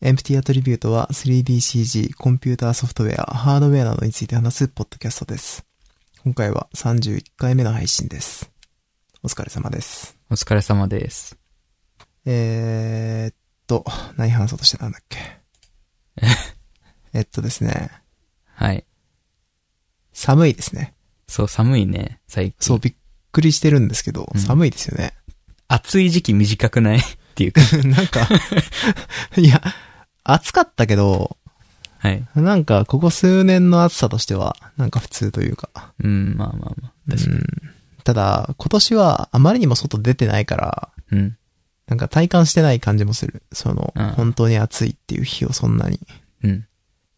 エンプティアトリビュートは 3DCG、コンピューターソフトウェア、ハードウェアなどについて話すポッドキャストです。今回は31回目の配信です。お疲れ様です。お疲れ様です。えー、っと、何話そうとしてたんだっけ。えっとですね、はい。寒いですね。そう、寒いね、最近。そう、びっくりしてるんですけど、うん寒いですよね。 暑い時期短くない っていうか。なんか、いや、暑かったけど、はい。なんか、ここ数年の暑さとしては、なんか普通というか。うん、まあまあまあ。確かに。うん、ただ、今年はあまりにも外出てないから、うん。なんか体感してない感じもする。その、うん本当に暑いっていう日をそんなに。うん。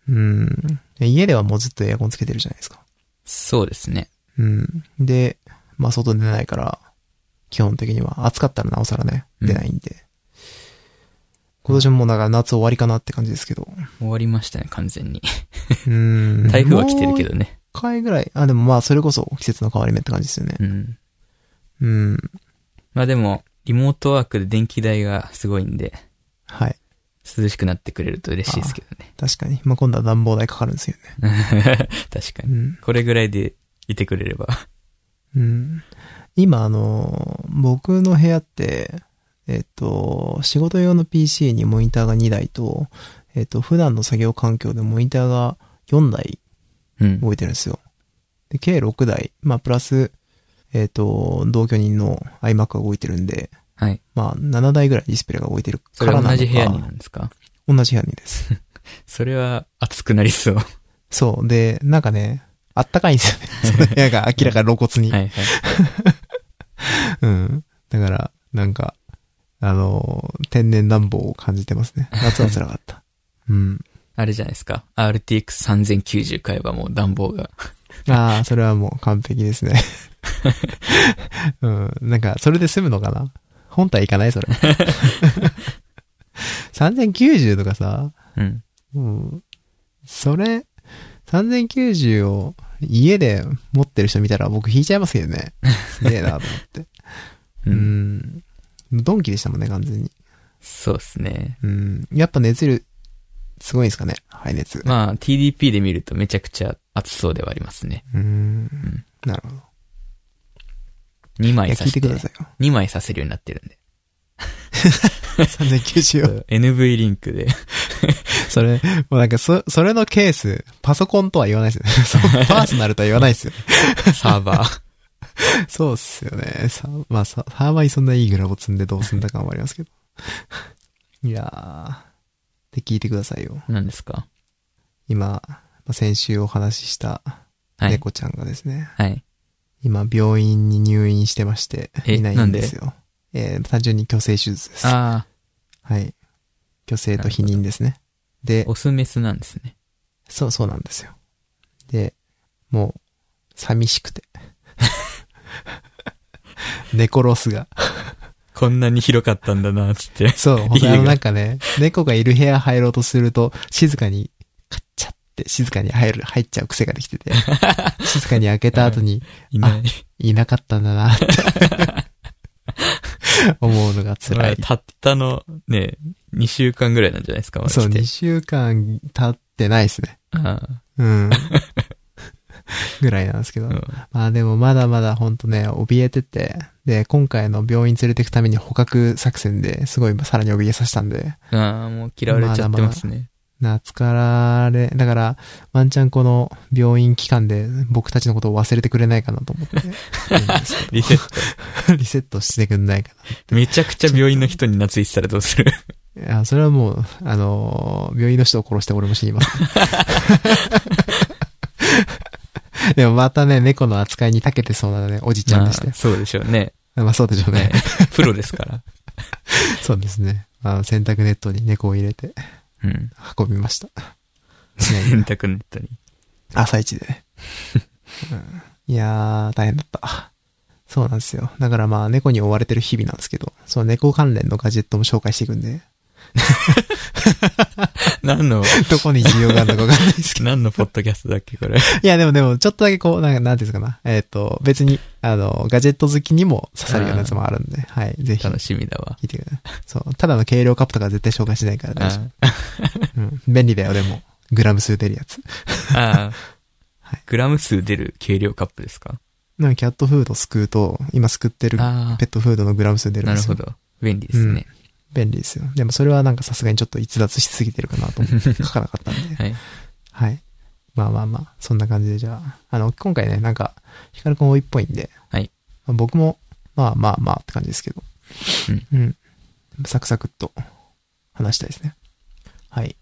うん。家ではもうずっとエアコンつけてるじゃないですか。そうですね。うん。で、まあ外出ないから、基本的には暑かったらなおさらね、うん出ないんで。今年ももうだから夏終わりかなって感じですけど。終わりましたね、完全に。うん。台風は来てるけもうどね。一回ぐらい。あ、でもまあそれこそ季節の変わり目って感じですよね。うん。うん。まあでも、リモートワークで電気代がすごいんで、はい。涼しくなってくれると嬉しいですけどね。確かに。まあ今度は暖房代かかるんですよね。確かうに。ん。これぐらいでいてくれれば。うん。今、あの、僕の部屋って、えっと、仕事用の PC にモニターが2台と、えっと、普段の作業環境でモニターが4台うん。動いてるんですよ。で、計6台。まあ、プラス、えっと、同居人の iMac が動いてるんで、はい。まあ、7台ぐらいディスプレイが動いてるかそれらなはのか同じ部屋になんですか同じ部屋にです。それは暑くな りそう。はそう。で、なんかね、あったかいんですよね。その 部屋が明らかに露骨に。いはい。うん。だから、なんか、あのー、天然暖房を感じてますね。夏は辛かった。うん。あれじゃないですか。RTX3090 買えばもう暖房が。ああ、それはもう完璧ですね。うん。なんか、それで済むのかな本体いかないそれ。3090とかさ、うん。うん。それ、3090を家で持ってる人見たら僕引いちゃいますけどね。すげえなと思って。う。うんん。ドンキでしたもんね、完全に。そうですね。うん。やっぱ熱量、すごいんですかね排熱。まあ、TDP で見るとめちゃくちゃ暑そうではありますね。うーん。なるほど。 2いや、枚聞刺いしててく、ださいよ。 2枚刺せるようになってるんで。 3090を。 NV リンクで。 それ、もうなんか、そ、それのケース、パソコンとは言わないですよ ねそう。パーソナルとは言わないですよ。サーバー。そうっすよね。さ、まあ、さ、ハーマイそんないいグラボ積んでどうすんだかもありますけど。 いやー。で、聞いてくださいよ。何ですか今、まあ先週お話ししたはい。猫ちゃんがですね、はい。今、病院に入院してまして、えいないんですよ。えー単純に虚勢手術です。あはい。虚勢と避妊ですね。であ、、オスメスなんですね。そう、そうなんですよ。で、もう、寂しくて。 猫ロスが。こんなに広かったんだな、つって。そう、本 当に家があのなんかね、猫がいる部屋入ろうとすると、静かに、カッチャって静かに入る、入っちゃう癖ができて て、静かに開けた後に、いない。いなかったんだなって 思うのがま辛あい。たったの、ね、2週間ぐらいなんじゃないですか、まだそう、来て2週間経ってないですね。あ うん。ぐらいなんですけど。あうんまあでもまだまだほんとね、怯えてて、で、今回の病院連れてくために捕獲作戦ですごいさらに怯えさせたんで、ああ、もう嫌われちゃってますね。懐かられ、だから、ワンチャンこの病院期間で僕たちのことを忘れてくれないかなと思 って、リセット。リセットしてくんないかめちゃくちゃ病院の人に懐いてたらどうするな。いや、それはもう、あのー病院の人を殺して俺も死に ます。 でもまたね、猫の扱いに長けてそうなね、おじちゃんでしたよまあそうでしょうね。まあそうでしょうね。プロですから。そうですね。あの、洗濯ネットに猫を入れてうん。運びました。ね洗濯ネットに。 朝一でね、うんいやー、大変だった。そうなんですよ。だからまあ、猫に追われてる日々 なんですけど、その猫関連のガジェットも紹介していくんで。 何 の、どこに需要があるのかわかんないですけど。何のポッドキャストだっけ、こ れ。いや、でもでも、ちょっとだけこう、なんかなんていうんですかな。えっ、と、別に、あの、ガジェット好きにも刺さるようなやつもあるんで、はい、ぜひ。楽しみだわ。聞いてください。そう。ただの軽量カップとか絶対紹介しないから大丈あ夫。うん。便利だよ、でも。グラム数出るやつ。あはい。グラム数出る軽量カップですかなんかキャットフードすくうと、今すくってるあペットフードのグラム数出あ、るんなでるすほよ。ど。便利ですね。便利ですよ。でもそれはなんかさすがにちょっと逸脱しすぎてるかなと思って 書かなかったんで。はい。はい。まあまあまあ、そんな感じでじゃあ、あの、今回ね、なんか、ヒカル君多いっぽいんで、はい。まあ、僕も、まあまあまあって感じですけど、うん。サクサクっと話したいですね。はい。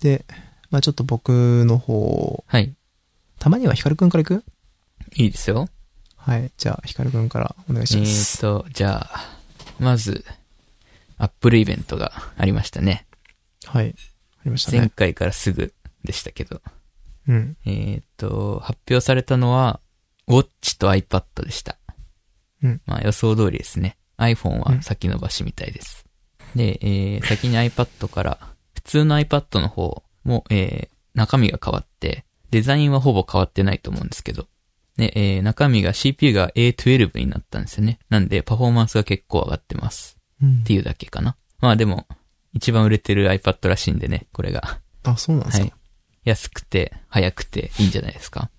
で、まあちょっと僕の方、はい。たまにはヒカル君から行くいいですよ。はい。じゃあ、ヒカル君からお願いえします。ーと、じゃあ、まず、アップルイベントがありましたね。はい。ありました前ね。回からすぐでしたけど。うん。えーと、発表されたのは、ウォッチと iPad でした。うんまあ予想通りですね。iPhone うんは先延ばしみたいです。で、えー先に iPad から、普通の iPad の方も、えー中身が変わって、デザインはほぼ変わってないと思うんですけど。で、えー中身が CPU が A12 になったんですよね。なんで、パフォーマンスが結構上がってます。うんっていうだけかな。まあでも、一番売れてる iPad らしいんでね、これが。あ、そうなんではすか。い。安くて、早くて、いいんじゃないですか。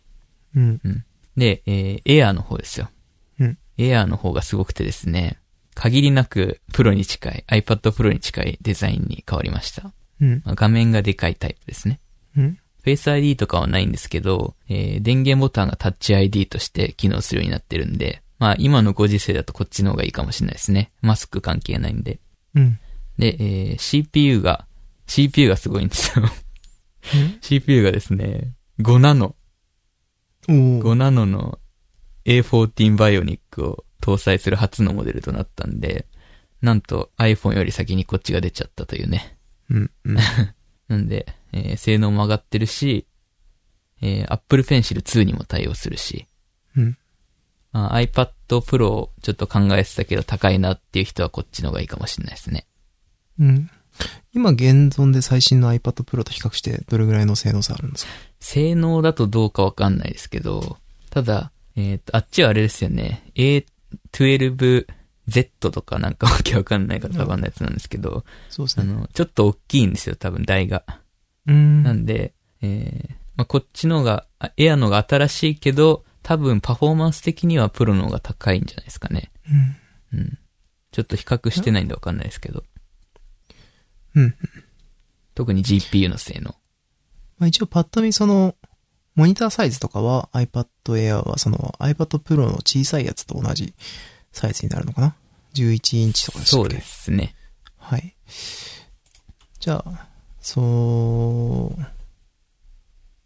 うん。で、えー、Air の方ですよ。うん。 Air の方がすごくてですね、限りなくプロに近い、iPad Pro に近いデザインに変わりました。うん。まあ、画面がでかいタイプですね。うん。 Face ID とかはないんですけど、えー、電源ボタンが Touch ID として機能するようになってるんで、まあ今のご時世だとこっちの方がいいかもしれないですね。マスク関係ないんで。うん。で、えー CPU が、CPU がすごいんですよ。CPU がですね、5ナノ、うんおー5ナノの A14 バイオニックを搭載する初のモデルとなったんで、なんと iPhone より先にこっちが出ちゃったというね。うん。うん。なんで、えー性能も上がってるし、えー Apple Pencil 2にも対応するし、うん。まあ、iPad Pro をちょっと考えてたけど高いなっていう人はこっちの方がいいかもしれないですね。うん。今現存で最新の iPad Pro と比較してどれぐらいの性能差あるんですか性能だとどうかわかんないですけど、ただ、えっ、と、あっちはあれですよね。A12Z とかなんかわけわかんないか束のやつなんですけど、そうであ。の、ちょっと大きいんですよ、多分台が。うん。なんで、えーまあ、こっちのが、あエアのが新しいけど、多分パフォーマンス的にはプロの方が高いんじゃないですかね。うん。うん。ちょっと比較してないんでわかんないですけど。うん。特に GPU の性能。まあ、一応パッと見その、モニターサイズとかは iPad Air はその iPad Pro の小さいやつと同じサイズになるのかな ?11 インチとかでしたそっうけですね。はい。じゃあ、そう、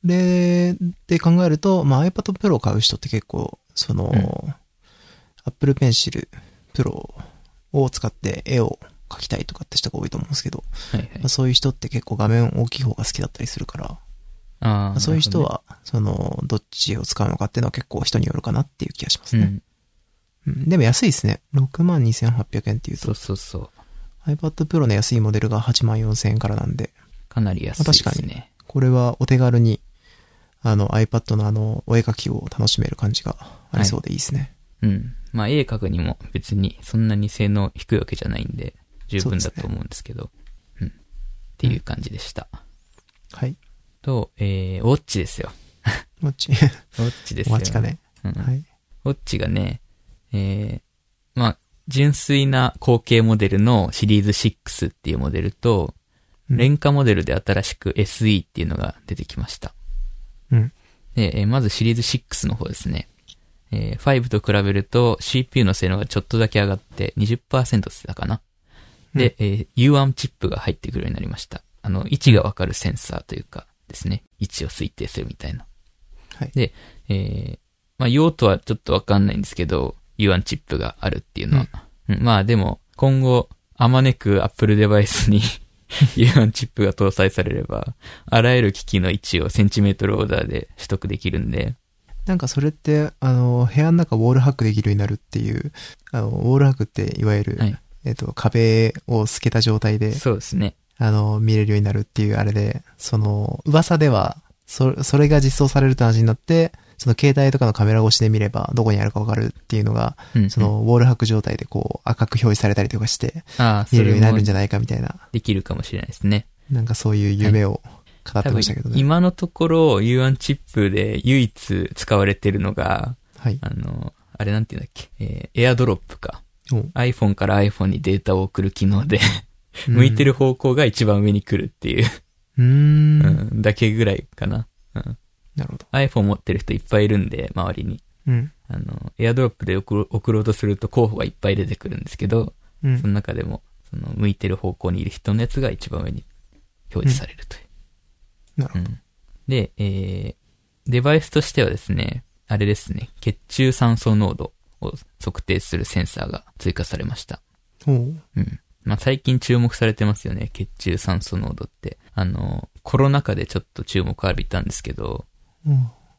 例で考えると、まあ、iPad Pro を買う人って結構、その、うん Apple Pencil Pro を使って絵を描きたいとかって人が多いと思うんですけど、はいはいまあ、。そういう人って結構画面大きい方が好きだったりするから、あまーあ、そういう人、なるは、その、どっちを使うのかっていうのは結構人によるかなっていう気がしまほすどねうね。ん。うんでも安いですね。62,800円っていうとそうそうそう。 iPad Pro の安いモデルが8万4000円からなんで、かなり安いですね。これはお手軽に、あの iPad のあの、お絵描きを楽しめる感じがありそうでいいですね。うん。まあ、絵描くにも別にそんなに性能低いわけじゃないんで、十分だと思うんですけど。うん。っていう感じでした。はい。と、えー、ウォッチですよ。もち、 ウォッチですおよ。待ちかね。うん。ウはい。ォッチがね、えー、まあ、純粋な後継モデルのシリーズ6っていうモデルと、うん廉価モデルで新しく SE っていうのが出てきました。うん。で、えーまずシリーズ6の方ですね。えー5と比べると CPU の性能がちょっとだけ上がって20%ってたかな。で、えー U1 チップが入ってくるようになりました。あの、位置がわかるセンサーというかですね。位置を推定するみたいな。はいで、えーまあ用途はちょっとわかんないんですけど、U1 チップがあるっていうのは。うんまあでも、今後、あまねく Apple デバイスに U1 チップが搭載されれば、あらゆる機器の位置をセンチメートルオーダーで取得できるんで、なんかそれって、あの、部屋の中ウォールハックできるようになるっていう、あの、ウォールハックっていわゆる、はいえっと、壁を透けた状態で、そうですね。あの、見れるようになるっていうあれで、その、噂では、そ、それが実装されると話になって、その携帯とかのカメラ越しで見れば、どこにあるかわかるっていうのが、うんうんその、ウォールハック状態でこう、赤く表示されたりとかして、ああ、見それるようれになるもんじゃないかみたいな、できるかもしれないですね。なんかそういう夢を語って多ま分したけど、ね。今のところ U1 チップで唯一使われてるのが、はい。あの、あれなんていうんだっけ、えー、AirDrop か。おう iPhone から iPhone にデータを送る機能で、向いてる。方向が一番上に来るっていう、うん。うーうんん、だけぐらいかな。なるほど。 iPhone 持ってる人いっぱいいるんで、周りに。うん。あの、AirDrop で送ろ送ろうとすると候補がいっぱい出てくるんですけど、うそん。の中でも、その、向いてる方向にいる人のやつが一番上に表示されるという。なるほど。うんで、えー、デバイスとしてはですね、あれですね、血中酸素濃度を測定するセンサーが追加されました。おううん。まあ、最近注目されてますよね、血中酸素濃度って。あの、コロナ禍でちょっと注目浴びたんですけど、おう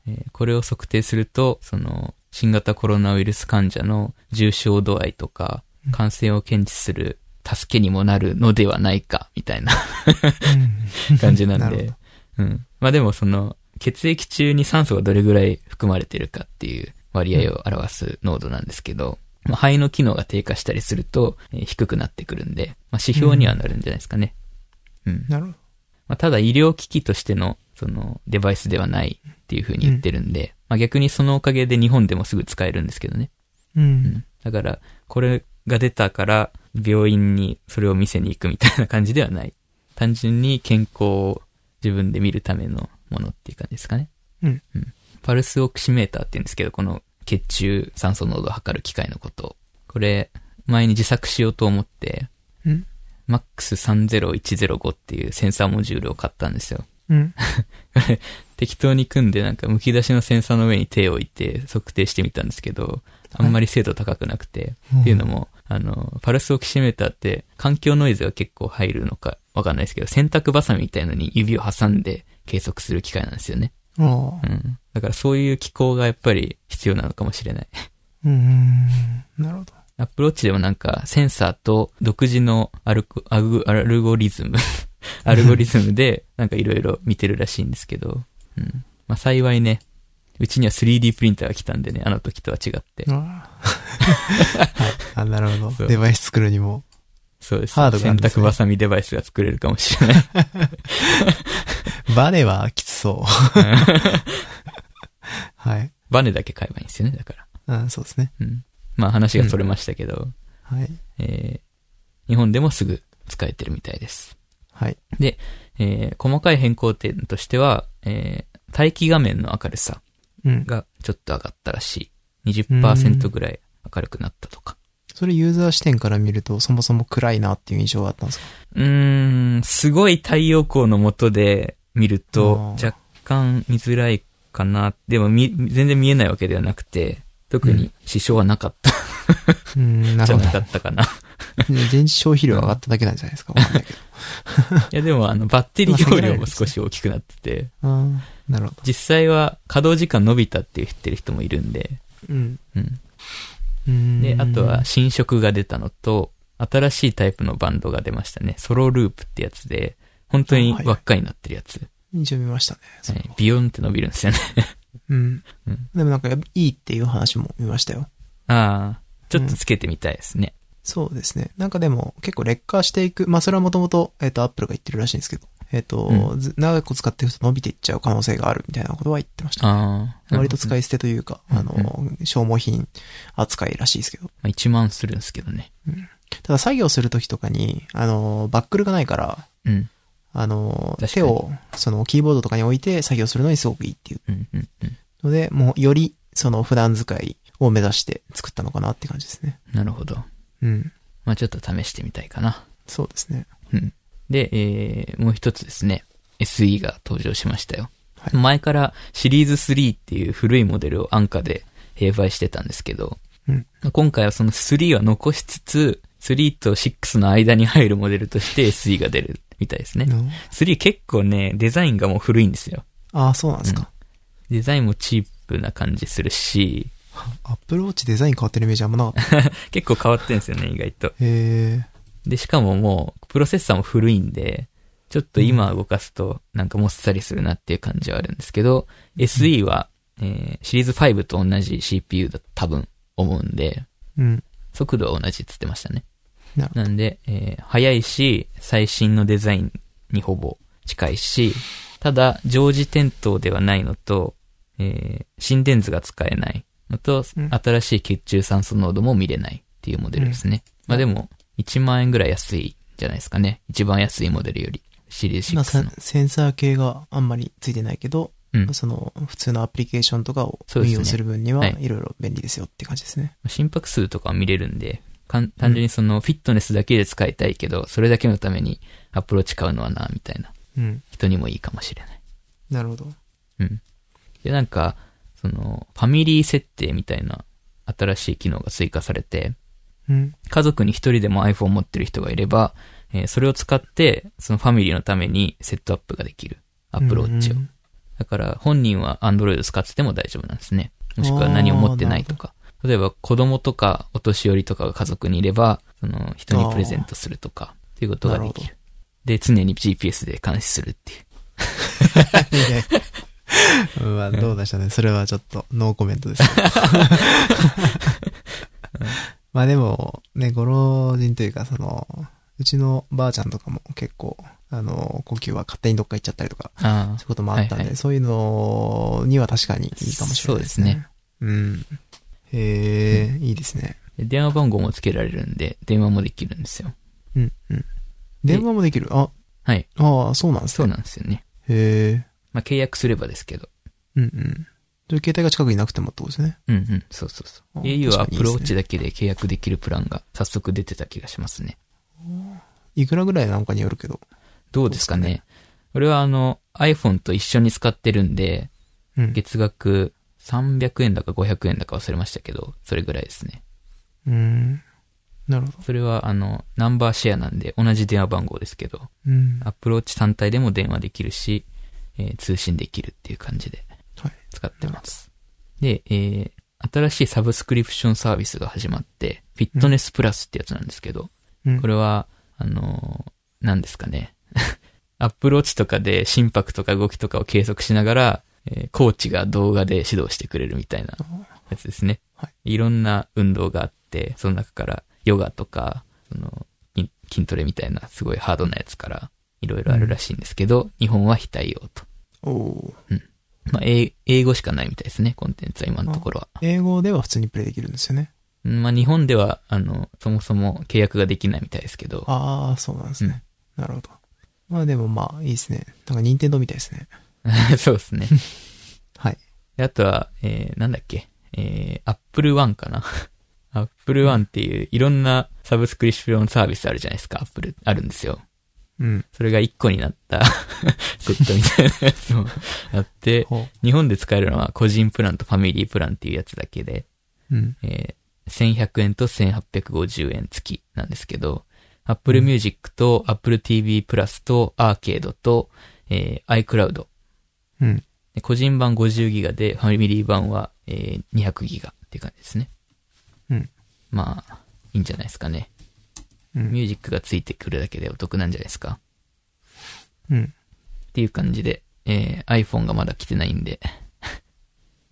えーこれを測定すると、その、新型コロナウイルス患者の重症度合いとかうん、感染を検知する助けにもなるのではないか、みたいなうん感 じ ななんるほでど。うん。まあでもその、血液中に酸素がどれぐらい含まれてるかっていう割合を表す濃度なんですけど、まあ、肺の機能が低下したりすると、えー低くなってくるんで、まあ、指標にはなるんじゃないですかね。うん。なるほど。まあ、ただ医療機器としての、その、デバイスではないっていう風に言ってるんで、まあ、逆にそのおかげで日本でもすぐ使えるんですけどね。う。うんん。だから、これが出たから、病院にそれを見せに行くみたいな感じではない。単純に健康を自分で見るためのものっていう感じですかね。うん。パルスオキシメーターって言うんですけど、この血中酸素濃度を測る機械のことを。これ、前に自作しようと思って、うん。 MAX30105 っていうセンサーモジュールを買ったんですよ。うん。適当に組んでなんか剥き出しのセンサーの上に手を置いて測定してみたんですけど、あんまり精度高くなくて、うん っていうのも、あの、パルスオキシメーターって環境ノイズが結構入るのかわかんないですけど、洗濯バサミみたいのに指を挟んで計測する機械なんですよね。あうあ。ん。だからそういう機構がやっぱり必要なのかもしれない。うん。なるほど。アップローチでもなんかセンサーと独自のアルコアグアルゴリ ズム、アルゴリズムでなんかいろいろ見てるらしいんですけど、うん。まあ幸いね、うちには 3D プリンターが来たんでね、あの時とは違って。あ ああ、なるほそど。うデバイス作るにも。そうです。ハードがある洗んです濯ねバサミデバイスが作れるかもしれない。バネはきつそう。 はい。バネだけ買えばいいんですよね、だから。うん、そうですね。うん。まあ話がそれましたけど、はい。えー日本でもすぐ使えてるみたいです。はい。えー細かい変更点としては、えー待機画面の明るさうん。がちょっと上がったらしい。20%ぐらい明るくなったとか。それユーザー視点から見ると、そもそも暗いなっていう印象があったんですかうーん、すごい太陽光の下で見るとあー若干見づらいかな。でもみ全然見えないわけではなくて、特に支障はなかったうん、なんじるゃほなど。かったかな。電池消費量上がっただけなんじゃないですか。わかんないけど。いやでもあのバッテリー容量も少し大きくなってて、ああ、なるほど。実際は稼働時間伸びたって言ってる人もいるんで、うん。うん。うんで、あとは、新色が出たのと、新しいタイプのバンドが出ましたね。ソロループってやつで、本当にはい輪っかになってるやつ。一応見ましたね。そうはいビヨンって伸びるんですよね。 うんうん。でもなんか、いいっていう話も見ましたよ。ああ、ちょっとつけてみたいですね。そうですね。なんかでも結構劣化していく。まあそれはもともと、えっ、と、アップルが言ってるらしいんですけど、えっ、と、うず長く使っていくと伸びていっちゃう可能性があるみたいなことは言ってました。ああ。割と使い。い捨てというか、うんあの、消耗品扱いらしいですけど。まあ、1万するんですけどね。ただ作業するときとかに、あの、バックルがないから、うん。あの確、かに手を、その、キーボードとかに置いて作業するのにすごくいいっていううん、うん、うん。ので、もう、より、その、普段使いを目指して作ったのかなって感じですね。なるほど。うん。まあ、ちょっと試してみたいかな。そうですね。うん。で、えー、もう一つですね。SE が登場しましたよ。はい前からシリーズ3っていう古いモデルを安価で併売してたんですけど、うん今回はその3は残しつつ、3と6の間に入るモデルとして SE が出るみたいですね。うん3結構ね、デザインがもう古いんですよ。ああ、そうなんですか。デザインもチープな感じするし、アップルウォッチデザイン変わってるイメージあんまなかった。結構変わってんですよね、意外と。へえ。で、しかももう、プロセッサーも古いんで、ちょっと今動かすと、なんかもっさりするなっていう感じはあるんですけど、SE は、えーシリーズ5と同じ CPU だと多分思うんで、うん。速度は同じって言ってましたね。なるほなんで、えー早いし、最新のデザインにほぼ近いし、ただ、常時点灯ではないのと、えー心電図が使えないのと、うん新しい血中酸素濃度も見れないっていうモデルですね。まあでも、1万円ぐらい安いじゃないですかね。一番安いモデルより、シリーズまあ、セ6ンの。センサー系があんまりついてないけど、うんその普通のアプリケーションとかをそう運ですね用する分にははいいろいろ便利ですよって感じですね。心拍数とかは見れるんで、かん単純にそのフィットネスだけで使いたいけど、それだけのためにアプローチ買うのはな、みたいなうん。人にもいいかもしれない。なるほど。うん。で、なんか、その、ファミリー設定みたいな新しい機能が追加されて、うん。家族に一人でも iPhone を持ってる人がいれば、えーそれを使って、そのファミリーのためにセットアップができる。アプローチを。うんだから、本人は Android 使ってても大丈夫なんですね。もしくは何を持ってないとか。例えば、子供とかお年寄りとかが家族にいれば、その、人にプレゼントするとか、っていうことがでなきるる。で、常に GPS で監視するっていう。い いね。うわ、どうでしたね。それはちょっとノーコメントですけど。 まあでも、ね、ご老人というか、その、うちのばあちゃんとかも結構、あの、呼吸は勝手にどっか行っちゃったりとか、ああそういうこともあったんで、はいはいそういうのには確かにいいかもしれないですね。うん。へえ、いいですね。で電話番号もつけられるんで、電話もできるんですよ。うん、うん。電話もできる。あ、はい。ああ、そうなんですそうね。なんですよね。へえ。まあ、契約すればですけど。うん、うん。じゃあ携帯が近くになくてもってことですね。うんうん、そうそうそあ確う。au はアかにいいですねプローチだけで契約できるプランが早速出てた気がしますね。いくらぐらいなのかによるけど。どうですかそうでね。俺はあの、iPhone と一緒に使ってるんで、うん。月額300円だか500円だか忘れましたけど、それぐらいですね。うん。なるほど。それはあの、ナンバーシェアなんで同じ電話番号ですけど、うん。アプローチ単体でも電話できるし、えー通信できるっていう感じではい使ってます。で、えー新しいサブスクリプションサービスが始まって、フィットネスプラスってやつなんですけど、うんこれは、あのー何ですかね。 アップローチとかで心拍とか動きとかを計測しながら、えーコーチが動画で指導してくれるみたいなやつですね。、はいろんな運動があって、その中からヨガとか、その筋筋トレみたいなすごいハードなやつから、いろいろあるらしいんですけど、日本は非対応と。おおまあ、英英語しかないみたいですね、コンテンツは今のところは。ー。英語では普通にプレイできるんですよね。うんまあ、日本では、あの、そもそも契約ができないみたいですけど、ああ、そうなんですね。なるほど。まあでもまあ、いいですね。なんか任天堂みたいですね。 そうですね。 はい。であとは、えー、なんだっけ、えー、Apple One かな。Apple One っていういろんなサブスクリプションサービスあるじゃないですか、Apple あるんですよ。うん。それが1個になった セットみたいなやつもあって、ほ日本で使えるのは個人プランとファミリープランっていうやつだけで、う。うん。えー1100円と1850円付きなんですけど、Apple Music と Apple TV プラスと Arcade と、えー iCloud うん。で個人版50ギガで、ファミリー版は、えー200ギガっていう感じですね。うん。まあ、いいんじゃないですかね。うん。ミュージックがついてくるだけでお得なんじゃないですか。うん。っていう感じで、えー iPhone がまだ来てないんで、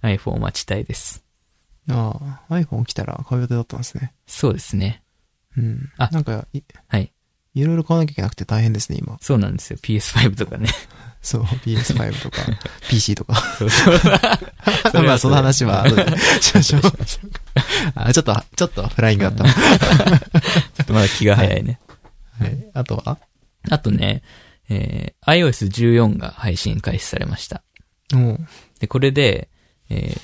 iPhone を待ちたいです。ああ、iPhone 来たら買う予定だったんですね。そうですね。うん。あなんかい、はい。いろいろ買わなきゃいけなくて大変ですね、今。そうなんですよ。PS5 とかね。 そう、PS5 とか、PC とか。そうそうそれまあ、はそそのれで話は後でしましょう。あ、ちょっと、ちょっとフライングあった。はちょっとまだ気が早いね。い。あとはあとね、えー iOS14 が配信開始されました。もで、これで、えー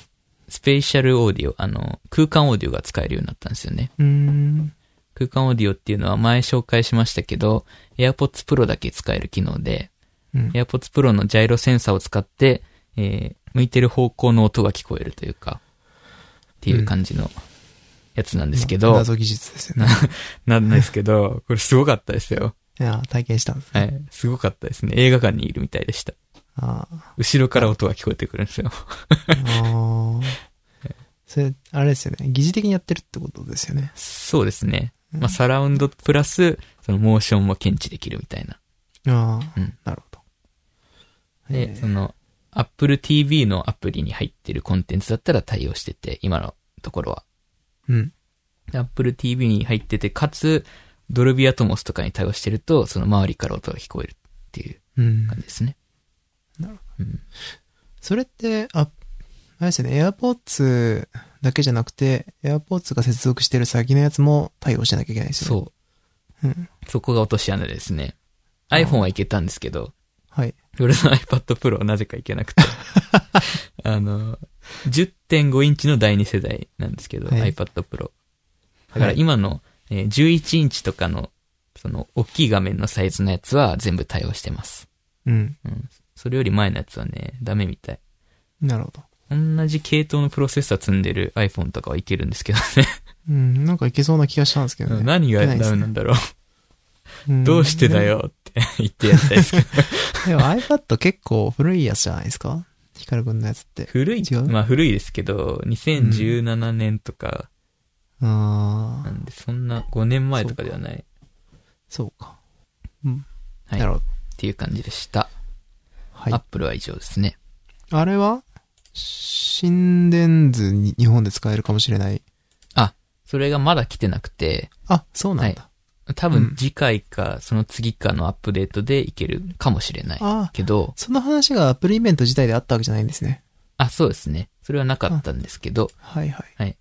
スペーシャルオーディオ、あの、空間オーディオが使えるようになったんですよね。う。うーん。空間オーディオっていうのは前紹介しましたけど、AirPods Pro だけ使える機能で、うん。 AirPods Pro のジャイロセンサーを使って、えー向いてる方向の音が聞こえるというか、っていう感じのやつなんですけど、謎技術ですよね。なんですけど、これすごかったですよ。いや、体験したんですね。はい。すごかったですね。映画館にいるみたいでした。ああ後ろから音が聞こえてくるんですよ。あー。それ、あれですよね。疑似的にやってるってことですよね。そうですね。まあ、サラウンドプラス、そのモーションも検知できるみたいな。ああ、うんなるほど。で、その、Apple TV のアプリに入ってるコンテンツだったら対応してて、今のところは。うん。で Apple TV に入ってて、かつ、ドルビアトモスとかに対応してると、その周りから音が聞こえるっていううん。感じですね。なるほど。うん。それって、あ、あれですよね、AirPods だけじゃなくて、AirPods が接続してる先のやつも対応しなきゃいけないですよね。そそう。う。うん。そこが落とし穴ですね。iPhone はいけたんですけど、はい。俺の iPad Pro はなぜかいけなく て。あの、10.5インチの第2世代なんですけど、はい iPad Pro。だからはい今の、えー11インチとかの、その、大きい画面のサイズのやつは全部対応してます。うん。それより前のやつはね、ダメみたい。なるほど。同じ系統のプロセッサー積んでる iPhone とかはいけるんですけどね。うん、なんかいけそうな気がしたんですけどね。何がいけないですダねメなんだろう。んどうしてだ。よって言ってやったいです けど。でもでも iPad 結構古いやつじゃないですかヒカルくんのやつって。古い違うまあ古いですけど、2017年とかあなあ、んで、そんな5年前とかではない。そうか。うん。はい。なるっほど。ていう感じでした。はいアッ。プルは以上ですね。あれは心電図に日本で使えるかもしれない。それがまだ来てなくて、あ、そうなんだ。多う分ん次回かその次かのアップデートでいけるかもしれない。ああ、けど、その話がアプリイベント自体であったわけじゃないんですね。あ、そうですね。それはなかったんですけど、はいはい。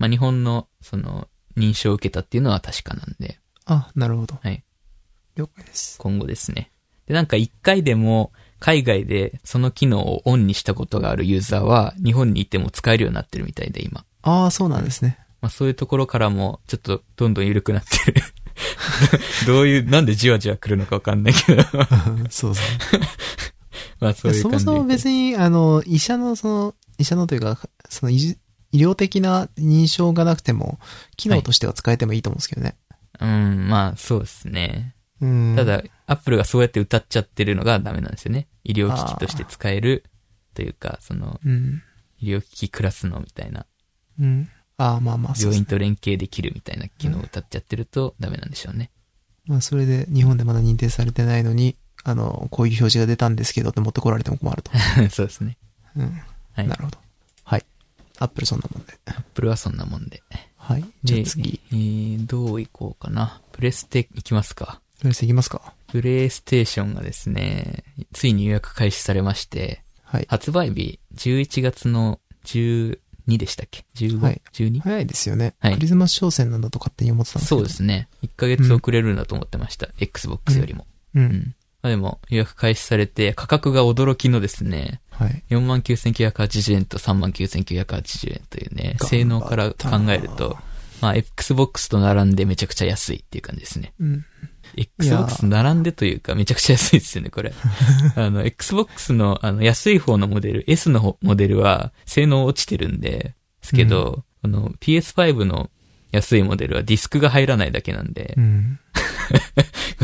まあ日本のその認証を受けたっていうのは確かなんで、あ、なるほど。はい。了解です。今後ですね。で、なんか一回でも海外でその機能をオンにしたことがあるユーザーは日本にいても使えるようになってるみたいで今。ああ、そうなんです ね。まあそういうところからも、ちょっとどんどん緩くなってる。 どういう、なんでじわじわ来るのかわかんないけど。 そうそう。まあそういうそ感もじ。そも別に、あの、医者のその、医者のというか、その医じ医療的な認証がなくても、機能としては使えてもいいと思うんですけどね。うん、まあそうですね。うん。た、だ、アップルがそうやって歌っちゃってるのがダメなんですよね。医療機器として使えるというか、その、うん。医療機器クラスのみたいな、うん。ああ、まあまあ、そう病です院ね。と連携できるみたいな機能を歌っちゃってるとダメなんでしょうね。まあ、それで日本でまだ認定されてないのに、あの、こういう表示が出たんですけどって持ってこられても困ると。 そうですね。うん。はいなるほど。はい。アップルそんなもんで。アップルはそんなもんで。はい。じゃあで次。。えー、どういこうかな。プレステいきますか。とりあえず行きますか。プレイステーションがですね、ついに予約開始されまして、はい。発売日11月の12でしたっけ ?15?12?、はい12早いですよね。はいクリスマス商戦なんだとかって思ってたんですけど。そうですね。1ヶ月遅れるんだと思ってました。Xbox よりも。う。うんん。まあでも予約開始されて、価格が驚きのですね、はい。 49,980円と39,980円というね、性能から考えると、まあ Xbox と並んでめちゃくちゃ安いっていう感じですね。うん。いやー Xbox 並んでというか、めちゃくちゃ安いですよね、これ。あの、Xbox の、あの、安い方のモデル、S の方モデルは、性能落ちてるんで、ですけど、この PS5 の安いモデルはディスクが入らないだけなんでう、ん。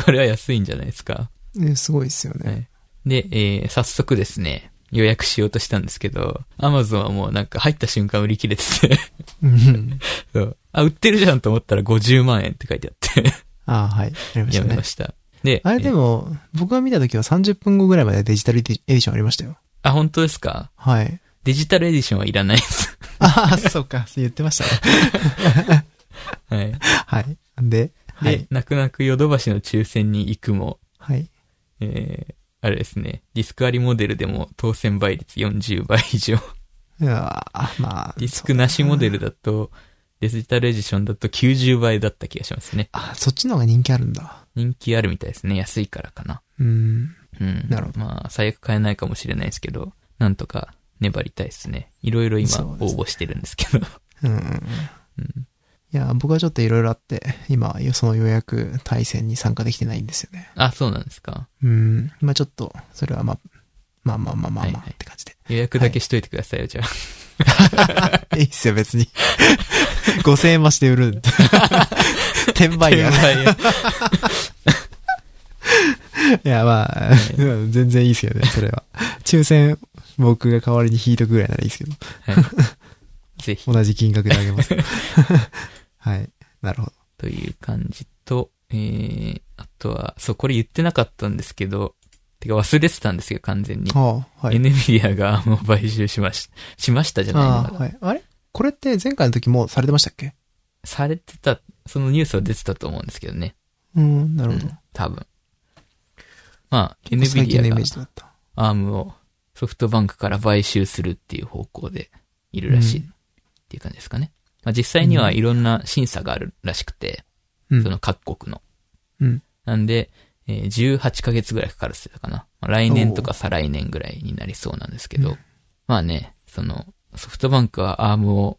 これは安いんじゃないですか。ねすごいですよね。はい。で、えー早速ですね、予約しようとしたんですけど、Amazon はもうなんか入った瞬間売り切れてて、 うん。そうあ、売ってるじゃんと思ったら50万円って書いてあっああ、はい。やりまて、しやためねま。した。で、あれでえーも、僕が見た時は30分後ぐらいまでデジタルエディエディションありましたよ。あ、本当ですかはい。デジタルエディションはいらないです。 ああ、そうか。そう言ってましたね。はい。 はい。で、はでい。、泣く泣くヨドバシの抽選に行くも、はい。えー、あれですね、ディスクありモデルでも当選倍率40倍 以上。うわあまあ。ディスクなしモデルだと、デジタルエディションだと90倍だった気がしますね。あ、そっちの方が人気あるんだ。人気あるみたいですね。安いからかな。うん。うん。なるほど。まあ、最悪買えないかもしれないですけど、なんとか粘りたいですね。いろいろ今そうです応募してるんですけ ど。うんうんうん。うん。いや、僕はちょっといろいろあって、今、その予約対戦に参加できてないんですよね。あ、そうなんですか。うん。まあちょっと、それはまあ、まあまあまあまあはいまはあいって感じで。 予約だけしといてくださいよ、じゃあ。いいっすよ、別に。5000円増しで売る んで。転売や。い転売屋や、まあ、うん全然いいっすよね、それは。抽選、僕が代わりに引いとくぐらいならいいっすけど。 はい。ぜひ。 同じ金額であげます。はい。なるほど。という感じと、えー、あとは、そう、これ言ってなかったんですけど、てか忘れてたんですよ、完全に。はあ、はい。 NVIDIA がもう買収しました。しましたじゃないあのあ、かな。はい。あれこれって前回の時もうされてましたっけされてた、そのニュースは出てたと思うんですけどね。うん、なるほど。うん多分。まあ、結構最近の NVIDIA イがメージだった。 ARM をソフトバンクから買収するっていう方向でいるらしい、うんっていう感じですかね。まあ、実際にはいろんな審査があるらしくて、うんその各国の。うん。なんで、えー18ヶ月ぐらいかかるって言ってたかな。まあ来年とか再来年ぐらいになりそうなんですけうど、んまあね、その、ソフトバンクは ARM を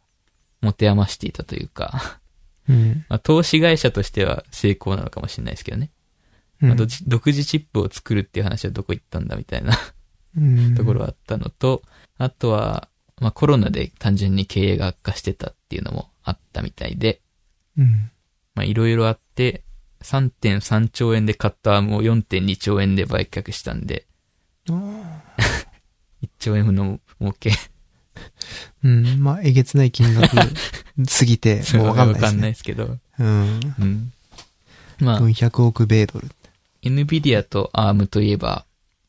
持て余していたというか、 うん。まあ、投資会社としては成功なのかもしれないですけどね。うんまあどっち独自チップを作るっていう話はどこ行ったんだみたいなうんところはあったのと、あとは、まあ、コロナで単純に経営が悪化してたっていうのもあったみたいで、うん。まあ、いろいろあって、3.3兆円で買ったアームを4.2兆円で売却したんで、あ 1兆円の儲け。あうん。まあ、えげつない金 額すぎて、もうわかんないでわかすんなね。いですけど。うん。うん。まあ、 400億米ドル。 NVIDIA と ARM といえば、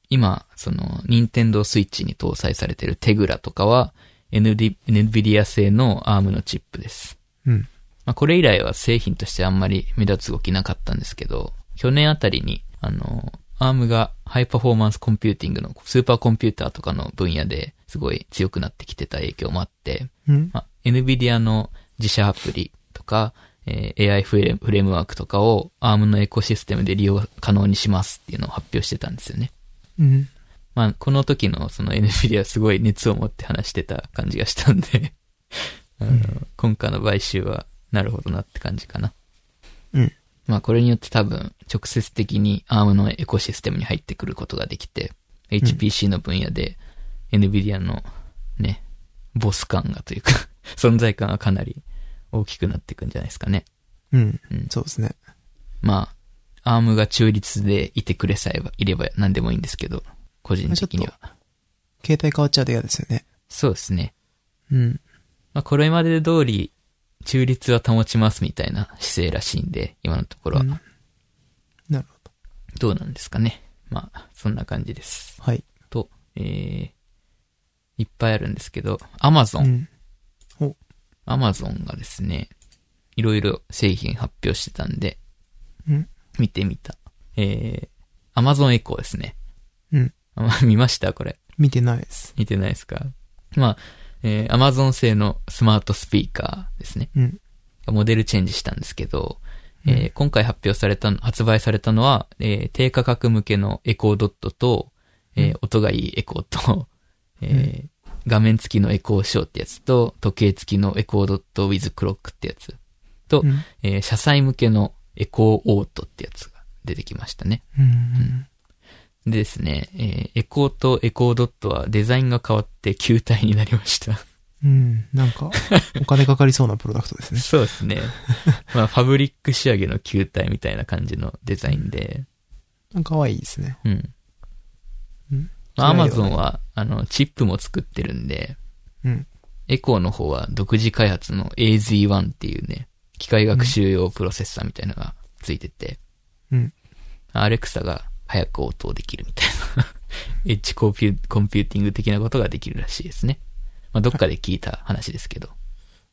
今、その、Nintendo Switch に搭載されてるテグラとかは、ND NVIDIA 製の ARM のチップです。うん。まあ、これ以来は製品としてあんまり目立つ動きなかったんですけど、去年あたりに、あの、ARM がハイパフォーマンスコンピューティングのスーパーコンピューターとかの分野ですごい強くなってきてた影響もあって、うん。まあ、NVIDIA の自社アプリとか、えー AI フレフレームワークとかを ARM のエコシステムで利用可能にしますっていうのを発表してたんですよね。うん。まあ、この時のその NVIDIA すごい熱を持って話してた感じがしたんであの、今回の買収はなるほどなって感じかな。うん。まあ、これによって多分直接的に ARM のエコシステムに入ってくることができて、HPC の分野で NVIDIA のね、ボス感がというか 存在感がかなり大きくなっていくんじゃないですかね。うんうん。そうですね。まあ、ARM が中立でいてくれさえばいれば何でもいいんですけど、個人的には。携帯変わっちゃうと嫌ですよね。そうですね。うん。まあ、これまで通り、中立は保ちますみたいな姿勢らしいんで、今のところはう。んなるほど。どうなんですかね。まあ、そんな感じです。はい。と、えー、いっぱいあるんですけど、アマゾうン。ん。アマゾンがですね、いろいろ製品発表してたんで、うん見てみた。えー、アマゾンエコーですね。うん。あま見ましたこれ。見てないです。見てないですかまあ、えー、アマゾン製のスマートスピーカーですね。うん。モデルチェンジしたんですけど、えーうん今回発表されたの、発売されたのは、えー低価格向けのエコードットと、えーうん音がいいエコーと、 えー画面付きのエコーショーってやつと、時計付きのエコードットウィズクロックってやつと、うんえー車載向けのエコーオートってやつが出てきましたね。うん。でですね、えーエコーとエコードットはデザインが変わって球体になりました。うん。なんか、お金かかりそうなプロダクト ですね。 そうですね。まあ、ファブリック仕上げの球体みたいな感じのデザインで、可愛いですね。うん。うん。まあ、ア嫌マいではゾなンいは、あの、チップも作ってるんで、うん。エコーの方は独自開発の AZ1 っていうね、機械学習用プロセッサーみたいなのがついてて、うん。アレクサが早く応答できるみたいな、 エッジコンピュコンピューティング的なことができるらしいですね。まあ、どっかで聞いた話ですけど。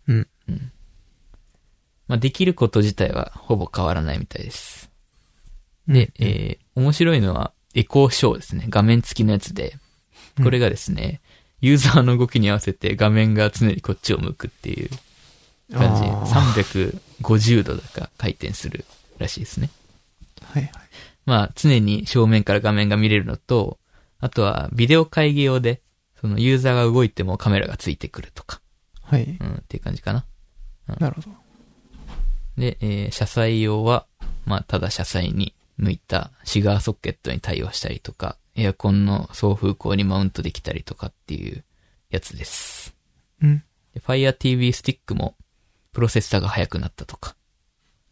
うん。まあ、できること自体はほぼ変わらないみたいです。でえー面白いのは、エコーショーですね。画面付きのやつで。うんこれがですね、ユーザーの動きに合わせて画面が常にこっちを向くっていう感じ。350度だか回転するらしいですね。はいはい。まあ、常に正面から画面が見れるのと、あとはビデオ会議用で、そのユーザーが動いてもカメラがついてくるとか、はい。うん、っていう感じかな。なるほど。で、えー車載用は、まあ、ただ車載に向いたシガーソケットに対応したりとか、エアコンの送風口にマウントできたりとかっていうやつです。うん。で Fire TV スティックも、プロセッサーが速くなったとか、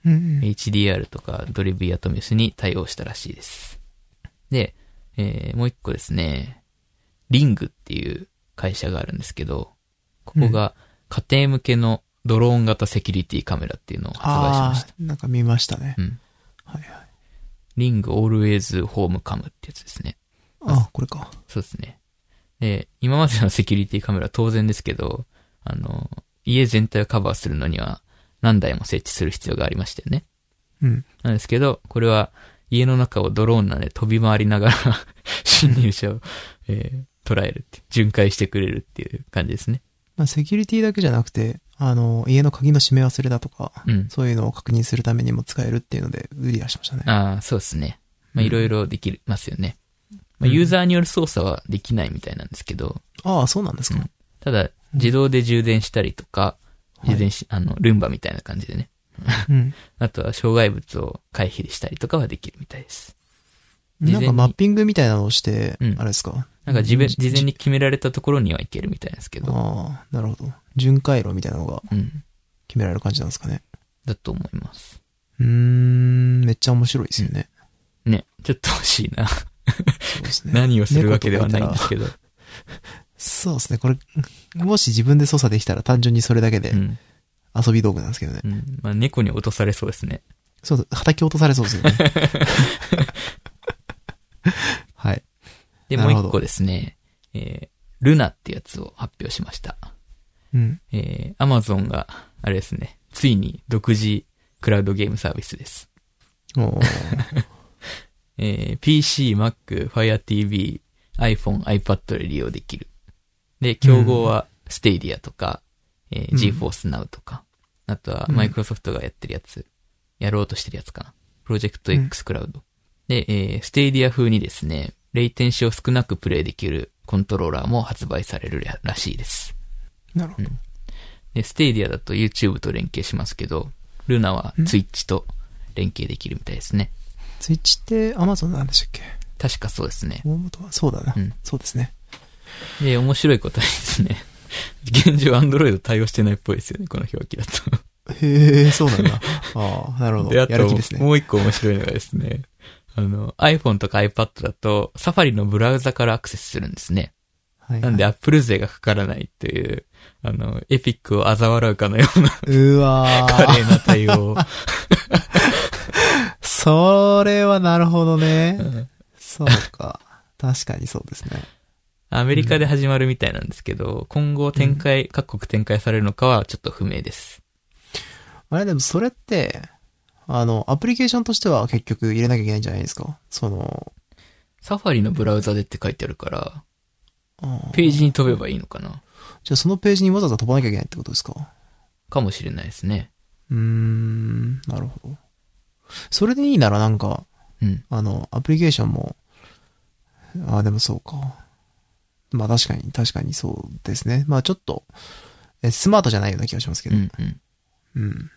うんうん。 HDR とかドリビアトミスに対応したらしいです。で、えーもう一個ですね、リングっていう会社があるんですけど、ここが家庭向けのドローン型セキュリティカメラっていうのを発売しましああ、なんか見ましたねた。。うん。はいはい。リングオールウェイズホームカムってやつですね。あ、これか。そうですね。で、今までのセキュリティカメラは当然ですけど、あの、家全体をカバーするのには何台も設置する必要がありましたよね。うん。なんですけど、これは家の中をドローンなんで飛び回りながら 侵入者を、えー捉えるっていう、巡回してくれるっていう感じですね。まあ、セキュリティだけじゃなくて、あの、家の鍵の閉め忘れだとか、うん。そういうのを確認するためにも使えるっていうので、売り出しましたね。ああ、そうですね。まあ、いろいろできますよね。うまあ、んユーザーによる操作はできないみたいなんですけど、ああ、そうなんですか。うんただ、自動で充電したりとか、はい充電し、あの、ルンバみたいな感じでね。うん。あとは、障害物を回避したりとかはできるみたいです。事前なんにかマッピングみたいなのをして、うんあれですか。なんか、事前事前に。に決められたところには行けるみたいですけど、ああ、なるほど。巡回路みたいなのがうん。決められる感じなんですかね。だと思います。うーん、めっちゃ面白いですよね。ね、ちょっと欲しいな。そうですね。 何をするわけではないんですけど。そうですね。これ、もし自分で操作できたら単純にそれだけでうん。遊び道具なんですけどね。うん。まあ、猫に落とされそうですね。そうだ、叩き落とされそうですよ ね。はい。で、なもうるほど一個ですね、えー、ルナってやつを発表しました。うん。えー、アマゾンが、あれですね、ついに独自クラウドゲームサービスです。おーえー、PC、Mac、Fire TV、iPhone、iPad で利用できる。で、競合は Stadia とか、えーうん GeForce Now とか、あとはうん Microsoft がやってるやつ、やろうとしてるやつかな。Project うん X Cloud。で、えー、Stadia 風にですね、レイテンシを少なくプレイできるコントローラーも発売されるららしいです。なるほど。で、ステイディアだと YouTube と連携しますけど、ルナはん Twitch と連携できるみたいですね。ツイッチって Amazon なんでしたっけ確かそうですね。大元はそうだな、うんそうですね。で、面白いことにですね、現状 Android 対応してないっぽいですよね、この表記だと。へえ、そうなん だ。ああ、なるほど。で、やある気とです、ね。もう一個面白いのがですね、あの、iPhone とか iPad だと、サファリのブラウザからアクセスするんですね。はいなんではい Apple 税がかからないという、あの、エピックを嘲笑うかのようなうわ華ー麗な対応 を。それはなるほどねう。んそうか。確かにそうですね。アメリカで始まるみたいなんですけど、今後展開、各国展開されるのかはちょっと不明です。あれでもそれって、あの、アプリケーションとしては結局入れなきゃいけないんじゃないですかその、サファリのブラウザでって書いてあるから、あページに飛べばいいのかなじゃあそのページにわざわざ飛ばなきゃいけないってことですかかもしれないですね。うーん、なるほど。それでいいならなんか、うん。あの、アプリケーションも、ああ、でもそうか。まあ確かに、確かにそうですね。まあちょっと、えスマートじゃないような気がしますけうど。んうん。うん。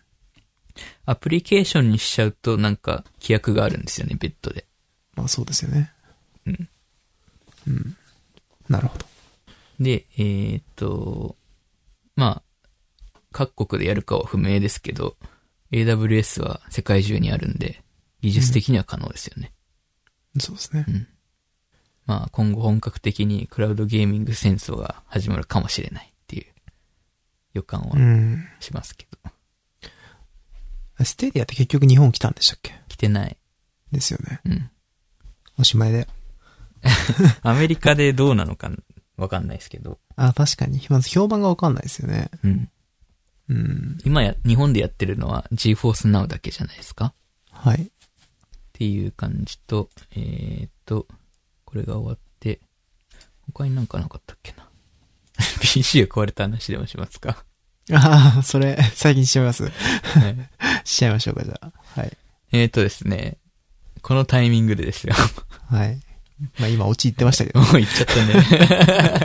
アプリケーションにしちゃうとなんか規約があるんですよね、別途で。まあそうですよね。うん。うん。なるほど。で、えーっと、まあ、各国でやるかは不明ですけど、AWS は世界中にあるんで、技術的には可能ですよね。そうですね。うん。まあ今後本格的にクラウドゲーミング戦争が始まるかもしれないっていう予感はうん。しますけど。ステディアって結局日本来たんでしたっけ来てない。ですよね。うん。おしまいで。アメリカでどうなのかわかんないですけど。あ、確かに。まず評判がわかんないですよね。うん。うん。今や、日本でやってるのは GForce Now だけじゃないですかはい。っていう感じと、えーっと、これが終わって、他になんかなかったっけな。PC が壊れた話でもしますか。 ああ、それ、最近しちゃいます。はいしちゃいましょうか、じゃあ。はい。えーっとですね、このタイミングでですよ。 はい。まあ今、オチ言ってましたけど。もう言っちゃった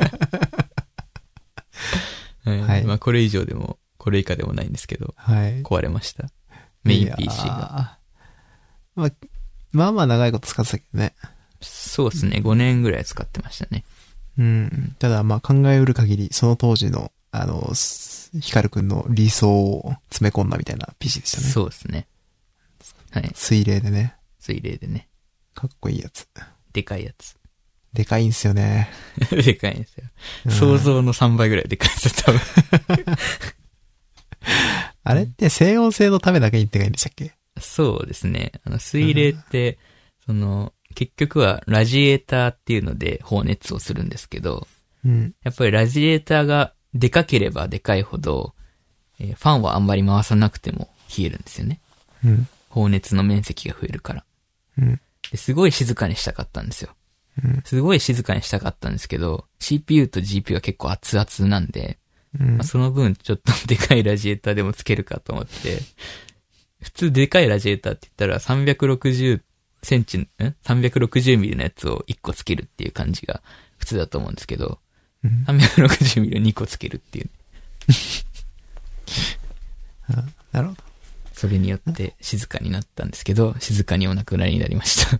ね。 は。はいいまあこれ以上でも、これ以下でもないんですけど、はい。壊れました。メイン PC いやが。ーまあ、まあまあ長いこと使ってたけどね。そうですね、5年ぐらい使ってましたね。うん。ただまあ考えうる限り、その当時の、あの、すヒカルくんの理想を詰め込んだみたいな PC でしたね。そうですね。はい。水冷でね。水冷でね。かっこいいやつ。でかいやつ。 でかいんすよね。でかいんですよ。うん想像の3倍ぐらいでかいですよ、多分。あれって静音性のためだけに言ってないんでしたっけそうですね。あの、水冷って、その、結局はラジエーターっていうので放熱をするんですけど、うん。やっぱりラジエーターがでかければでかいほど、えーファンはあんまり回さなくても冷えるんですよね。うん。放熱の面積が増えるから。うん。ですごい静かにしたかったんですよ。うんすごい静かにしたかったんですけど、CPU と GPU が結構熱々なんで、うんまあ、その分ちょっとでかいラジエーターでもつけるかと思って、普通でかいラジエーターって言ったら360センチ、ん ?360 ミリのやつを1個つけるっていう感じが普通だと思うんですけど、うん360ミリを2個つけるっていう。なるほど。それによって静かになったんですけど、静かにお亡くなりになりました。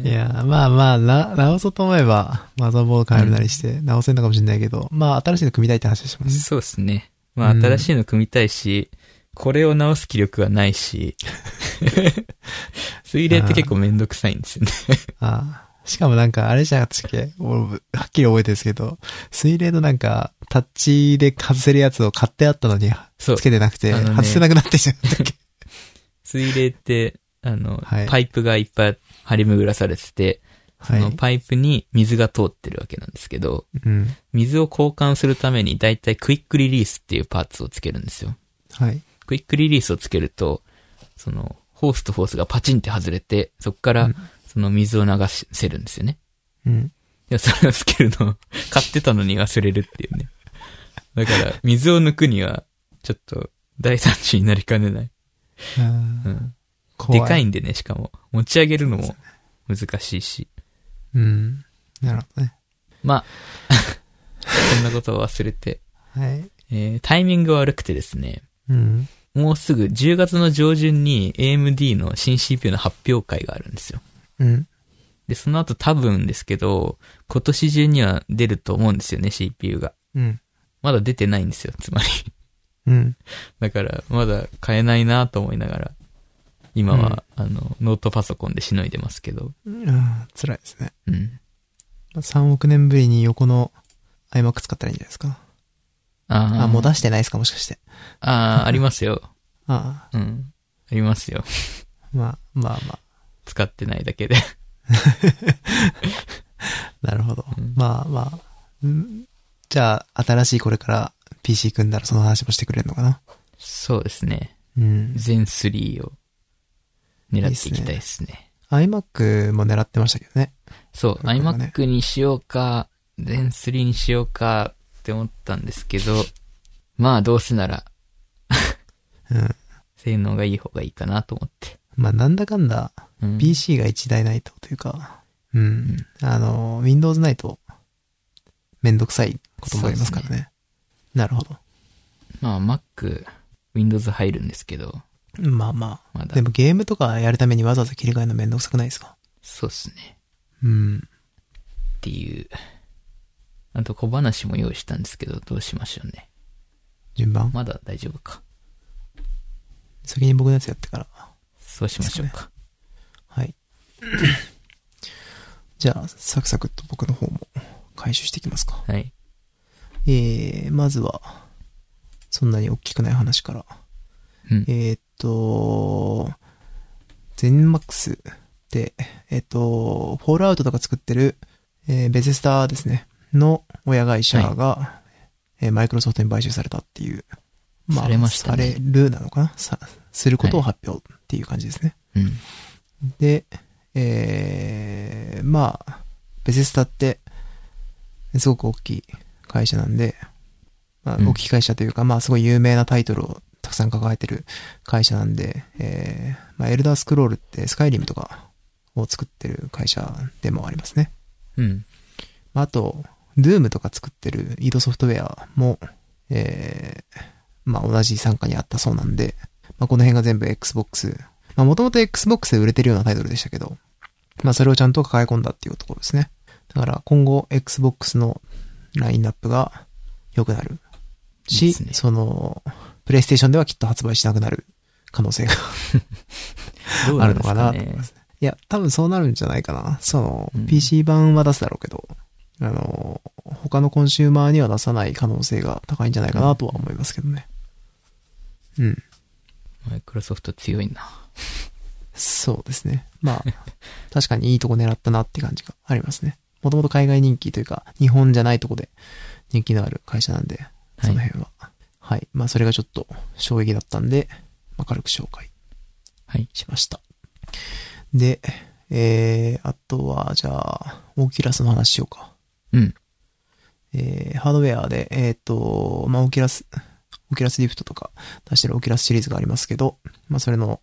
いやー、まあまあ、な、直そうと思えば、マザーボード変えるなりして直せんのかもしれないけど、まあ新しいの組みたいって話をします。そうですね。まあ、うん新しいの組みたいし、これを直す気力はな いし、水冷って結構めんどくさいんです よね。ああ。しかもなんか、あれじゃなかったっけ俺はっきり覚えてるんですけど、水冷のなんか、タッチで外せるやつを買ってあったのに、そうつ。けてなくて、あのね外せなくなってんじゃなか ったっけ水冷って、あの、はいパイプがいっぱい張り巡らされてて、そはのい。パイプに水が通ってるわけなんですけど、うん。水を交換するためにだいたいクイックリリースっていうパーツをつけるんですよ。はい。クイックリリースをつけると、その、ホースとホースがパチンって外れて、そこかうらん、その水を流せるんですよね。うん。いや、それをつけるの、 買ってたのに忘れるっていうね。だから、水を抜くには、ちょっと、大惨事になりかねない。あうーん。怖でかいんでね、しかも。持ち上げるのも難しいし。うん。なるほどね。まあ、そんな ことを忘れて、はい。えー、タイミングが悪くてですね、うん。もうすぐ10月の上旬に AMD の新 CPU の発表会があるんですよ。うん。で、その後多分ですけど、今年中には出ると思うんですよね、CPU が。うん。まだ出てないんですよ、つまり。 うん。だから、まだ買えないなと思いながら、今は、あの、ノートパソコンでしのいでますけど、あー辛いですね。うん。 3億年ぶりに横の iMac 使ったらいいんじゃないですか。あーあ、もう出してないですかもしかして。あー、ありますよ。あうん。ありますよ。あ、まあまあま使ってないだけで。あ。なるほど。うんまあまあ。んじゃあ、新しいこれから PC 組んだらその話もしてくれるのかな。そうですね。うん。全3を狙っていきたいですね。 iMac も狙ってましたけどね。そう、これがね iMac にしようか、全3にしようかって思ったんですけど、まあ、どうせなら、うん。性能がいい方がいいかなと思って。まあなんだかんだうん、 PC が一台ないとというか、うん。んあの、Windows ないとめんどくさいこともありますからそね。なるほど。まあ、Mac、Windows 入るんですけど、まあままあ。だで。もゲームとかやるためにわざわざ切り替えるのめんどくさくないですかそうっすね。うん。っていう。あと小話も用意したんですけど、どうしましょうね。順番まだ大丈夫か。先に僕のやつやってから。そうしましょうか。はい。 じゃあ、サクサクっと僕の方も回収していきますか。はい。えー、まずは、そんなに大きくない話から。うん。えーっと、ゼンマックスって、えーっと、フォールアウトとか作ってる、えーベゼスターですね、の親会社が、えーマイクロソフトに買収されたっていう、されましたねされるなのかなさ、することを発表っていう感じですね。うん。で、えー、まあ、ベゼスタって、すごく大きい会社なんで、まあ、うん大きい会社というか、まあ、すごい有名なタイトルをたくさん抱えてる会社なんで、えー、まあ、エルダースクロールってスカイリムとかを作ってる会社でもありますね。うん。まあ、あと、ドゥームとか作ってるイードソフトウェアも、えーまあ同じ傘下にあったそうなんで、まあこの辺が全部 Xbox。まあもともと Xbox で売れてるようなタイトルでしたけど、まあそれをちゃんと抱え込んだっていうところですね。だから今後 Xbox のラインナップが良くなるし、ですねその、プレイステーションではきっと発売しなくなる可能性がどうあなるんでのすかなかと思いねま。すね。いや、多分そうなるんじゃないかな。その、うん PC 版は出すだろうけど、あの、他のコンシューマーには出さない可能性が高いんじゃないかなとは思いますけどね。うん。マイクロソフト強いな。そうですね。 まあ、確かにいいとこ狙ったなって感じがありますね。もともと海外人気というか、日本じゃないとこで人気のある会社なんで、はそいの。辺は。はい。まあ、それがちょっと衝撃だったんで、まあ、軽く紹介はい。しました。で、えー、あとは、じゃあ、オキュラスの話しようか。うん。えーハードウェアで、えっ、と、まあ、オキュラス、オキュラスリフトとか出してるオキュラスシリーズがありますけど、まあ、それの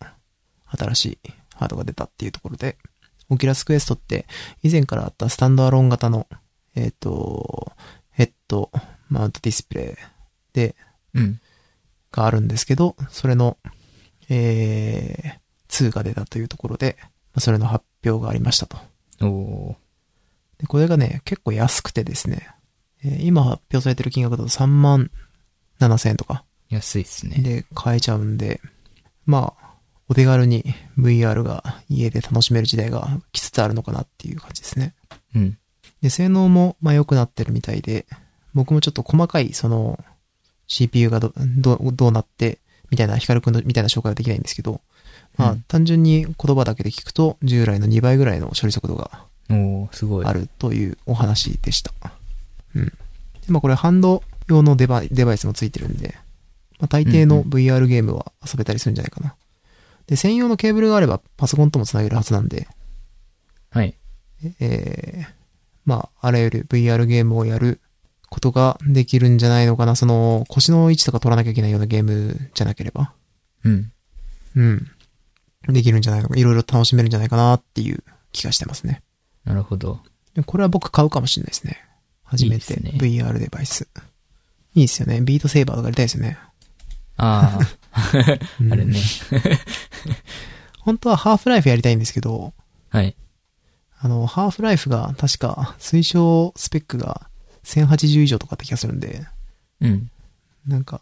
新しいハードが出たっていうところで、オキュラスクエストって以前からあったスタンドアローン型の、えっ、と、ヘッドマウントディスプレイで、うん。があるんですけど、それの、えー、2が出たというところで、まあそれの発表がありましたと。おー。で、これがね、結構安くてですね、えー今発表されてる金額だと3万7千円とか安いっすね。で買えちゃうんで、まあ、お手軽に VR が家で楽しめる時代が来つつあるのかなっていう感じですね。うん。で、性能も、まあ、良くなってるみたいで、僕もちょっと細かい、その、CPU がど、ど、どうなって、みたいな、光くんの、みたいな紹介はできないんですけど、まあ、うん単純に言葉だけで聞くと、従来の2倍ぐらいの処理速度がおー、すごい。あるというお話でした。うん。で、まあ、これ、ハンド用のデバイデバイスもついてるんで、まあ、大抵うんのう VR ゲームは遊べたりするんじゃないかな。で、専用のケーブルがあれば、パソコンともつなげるはずなんで、はい。えーまあ、あらゆる VR ゲームをやることができるんじゃないのかな。その、腰の位置とか取らなきゃいけないようなゲームじゃなければ。うん。うん。できるんじゃないのか。いろいろ楽しめるんじゃないかなっていう気がしてますね。なるほど。でこれは僕買うかもしれないですね。初めていいですね VR デバイス。いいですよね。ビートセーバーとかやりたいですよね。あうんあ、あれね。本当はハーフライフやりたいんですけど、はい。あの、ハーフライフが確か推奨スペックが1080以上とかって気がするんで、うん。なんか、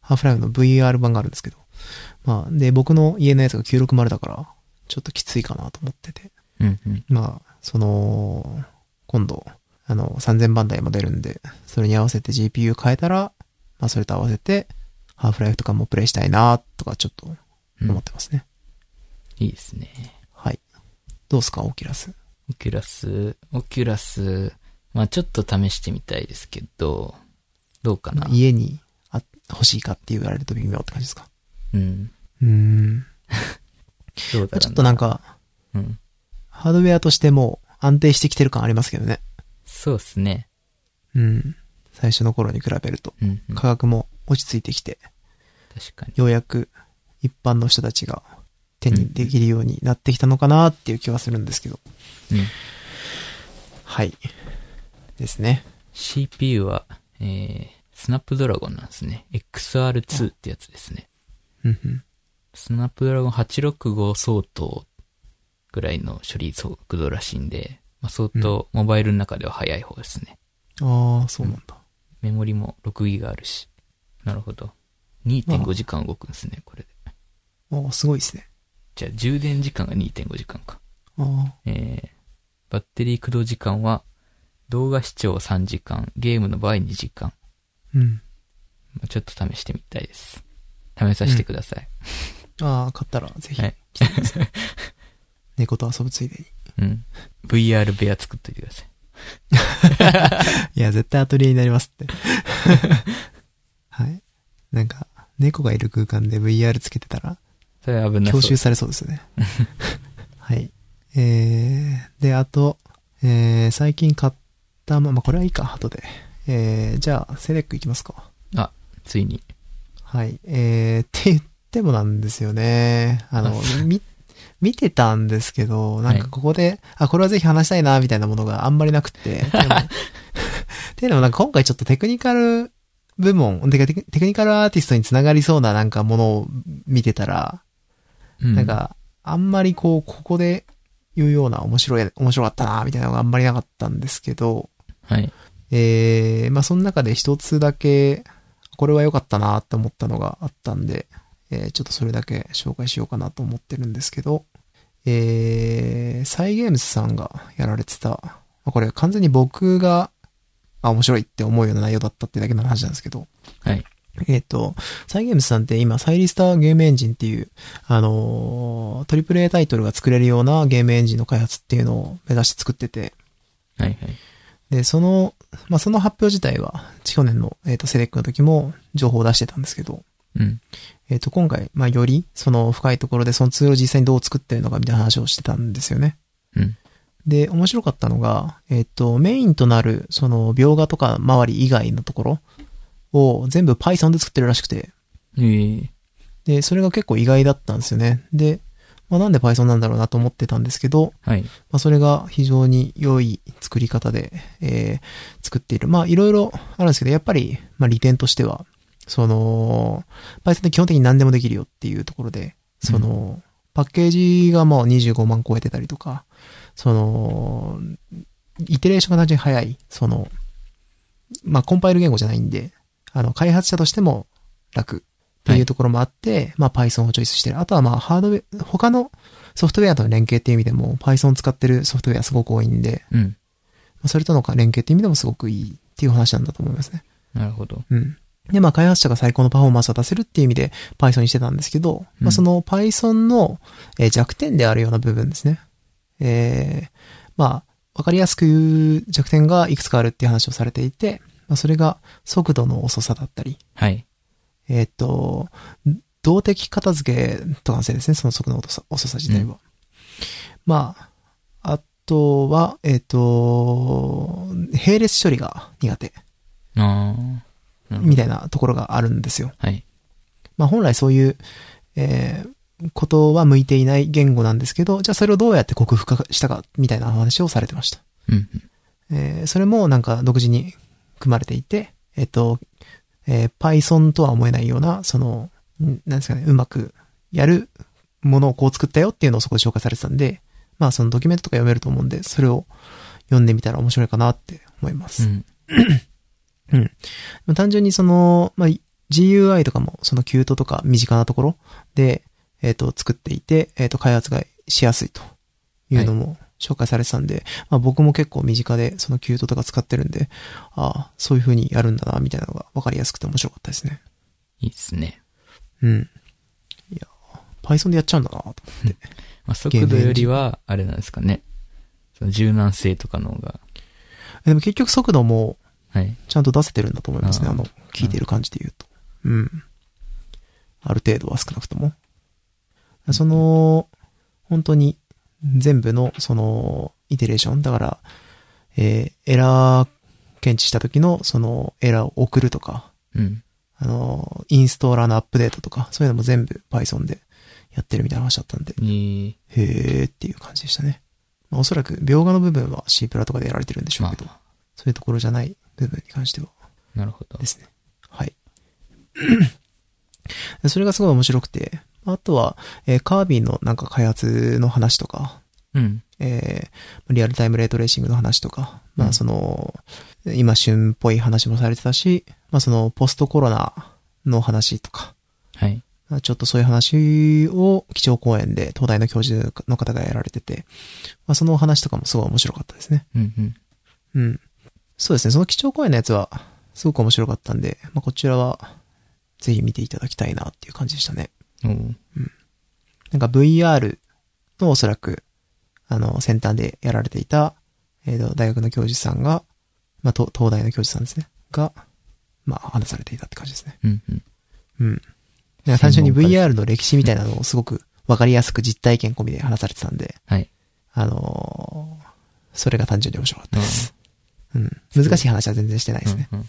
ハーフライフの VR 版があるんですけど。まあ、で、僕の家のやつが960だから、ちょっときついかなと思ってて。うん。うん。まあ、その、今度、あの、3000番台も出るんで、それに合わせて GPU 変えたら、まあ、それと合わせて、ハーフライフとかもプレイしたいな、とかちょっとうん思ってますね。いいですね。はい。どうすか、オキュラス。オキュラス、オキュラス、まあちょっと試してみたいですけど、どうかな。家にあ欲しいかって言われると微妙って感じですか。うん。うーん。どうだろうちょっとなん、か、うん。ハードウェアとしても安定してきてる感ありますけどね。そうっすね。うん。最初の頃に比べると、うん、う価ん。確格も落ち着いてきて、かに。ようやく一般の人たちが手にできるようになってきたのかなっていう気はするんですけど。うん。はい。ですね。 CPU は、えー、スナップドラゴンなんですね。XR2 ってやつですね。うんうん。スナップドラゴン865相当ぐらいの処理速度らしいんで、まあ、相当モバイルの中では速い方ですね。ああ、そうなんだ。メモリも 6GB あるし。なるほど。2.5時間動くんですね、これで。おーすごいですね。じゃあ、充電時間が2.5時間か。あえー、バッテリー駆動時間は、動画視聴3時間、ゲームの場合2時間。あ、うん。まあちょっと試してみたいです。試させてください。ああ、買ったらぜひはい来てくださ い。猫と遊ぶついでに。 うん。VR 部屋作っといてください。いや、絶対アトリエになります って。はい。なんか、猫がいる空間で VR つけてたら、それは危な教そう。習されそうですよね。はい。えー、で、あと、えー、最近買ったま、まあ、これはいいか、後で。えー、じゃあ、セレックいきますか。ついに。はい。えー、って言ってもなんですよね。あの、み、見てたんですけど、なんかここで、あ、これはぜひ話したいな、みたいなものがあんまりなくて。でもっていうのもなんか今回ちょっとテクニカル部門、てかテクテクニカルアーティストにつながりそうななんかものを見てたら、うんなん、か、あんまりこう、ここで言うような面白い、面白かったな、みたいなのがあんまりなかったんですけど、はい。えー、まあその中で一つだけ、これは良かったなって思ったのがあったんで、えーちょっとそれだけ紹介しようかなと思ってるんですけど、えー、サイゲームズさんがやられてた、まあこれ完全に僕があ、面白いって思うような内容だったってだけの話なんですけど。はい。えっ、と、サイゲームズさんって今、サイリスターゲームエンジンっていう、あのー、AAA タイトルが作れるようなゲームエンジンの開発っていうのを目指して作ってて、はいはい。で、その、まあ、その発表自体は、去年の、えっ、と、セレックの時も情報を出してたんですけど、うん。えっ、と、今回、まあ、より、その深いところで、そのツールを実際にどう作ってるのかみたいな話をしてたんですよね。うん。で、面白かったのが、えっ、と、メインとなる、その、描画とか周り以外のところを全部 Python で作ってるらしくて、えー、で、それが結構意外だったんですよね。で、まあ、なんで Python なんだろうなと思ってたんですけど、はい。まあ、それが非常に良い作り方で、えー作っている。まあ、いろいろあるんですけど、やっぱり、まあ、利点としては、その、Python って基本的に何でもできるよっていうところで、その、パッケージがもう25万超えてたりとか、その、イテレーションが単純に早い、その、まあ、コンパイル言語じゃないんで、あの、開発者としても楽っていうところもあって、まあ、Python をチョイスしてる。あとはまあ、ハードウェア、他のソフトウェアとの連携っていう意味でも Python 使ってるソフトウェアすごく多いんで、うん。まあそれとの連携っていう意味でもすごくいいっていう話なんだと思いますね。なるほど。うん。で、まあ開発者が最高のパフォーマンスを出せるっていう意味で Python にしてたんですけど、うまんあその Python のえー弱点であるような部分ですね。えー、まあ、わかりやすく言う弱点がいくつかあるっていう話をされていて、まあそれが速度の遅さだったり、はい。えーっと、動的片付けとかのせいですね、その速度の遅さ遅さ自体は。まあ、あとは、えーっと、並列処理が苦手、ああ。なるほみど。たいなところがあるんですよ。はい。まあ本来そういう、えーことは向いていない言語なんですけど、じゃあそれをどうやって克服化したか、みたいな話をされてました。うん。えーそれもなんか独自に組まれていて、えっと、えー Python とは思えないような、その、んなんですかね、うまくやるものをこう作ったよっていうのをそこで紹介されてたんで、まあそのドキュメントとか読めると思うんで、それを読んでみたら面白いかなって思いまうす。ん。まあ単純にその、まあ、GUI とかもそのキュートとか身近なところで、えっ、と、作っていて、えっ、と、開発がしやすいというのも紹介されてたんで、まあ僕も結構身近でそのキュートとか使ってるんで、ああ、そういう風にやるんだな、みたいなのが分かりやすくて面白かったですね。いいっすね。うん。いや、Python でやっちゃうんだな、と。まあ、速度よりは、あれなんですかね。その柔軟性とかの方が。でも結局速度もはい。ちゃんと出せてるんだと思いますね。あああの、聞いてる感じで言うと。うん。ある程度は少なくとも。その、本当に全部の、その、イテレーション、だから、えーエラー検知した時の、その、エラーを送るとか、うん。あの、インストーラーのアップデートとか、そういうのも全部 Python でやってるみたいな話だったんで、えー、へーっていう感じでしたね。まあおそらく、描画の部分は C プラとかでやられてるんでしょうけまど、あ、そういうところじゃない部分に関しては、なるほどで。すね。はい。 それがすごい面白くて、あとは、えーカービィのなんか開発の話とか、うん。えーリアルタイムレートレーシングの話とか、まうんあその、今旬っぽい話もされてたし、まあそのポストコロナの話とか、はい。まあちょっとそういう話を基調講演で東大の教授の方がやられてて、まあそのお話とかもすごい面白かったですね。うんうん。うん。そうですね。その基調講演のやつは、すごく面白かったんで、まあ、こちらは、ぜひ見ていただきたいなっていう感じでしたね。おーなんか VR のおそらく、あの、先端でやられていた、えっ、と、大学の教授さんが、まあ、東東大の教授さんですね。が、まあ、話されていたって感じですね。うんうん。うん。なんか単純に専門家です VR の歴史みたいなのをすごくわかりやすく実体験込みで話されてたんで、 はい。あのーそれが単純に面白かったです。うん。ん難しい話は全然してないですね。うんうん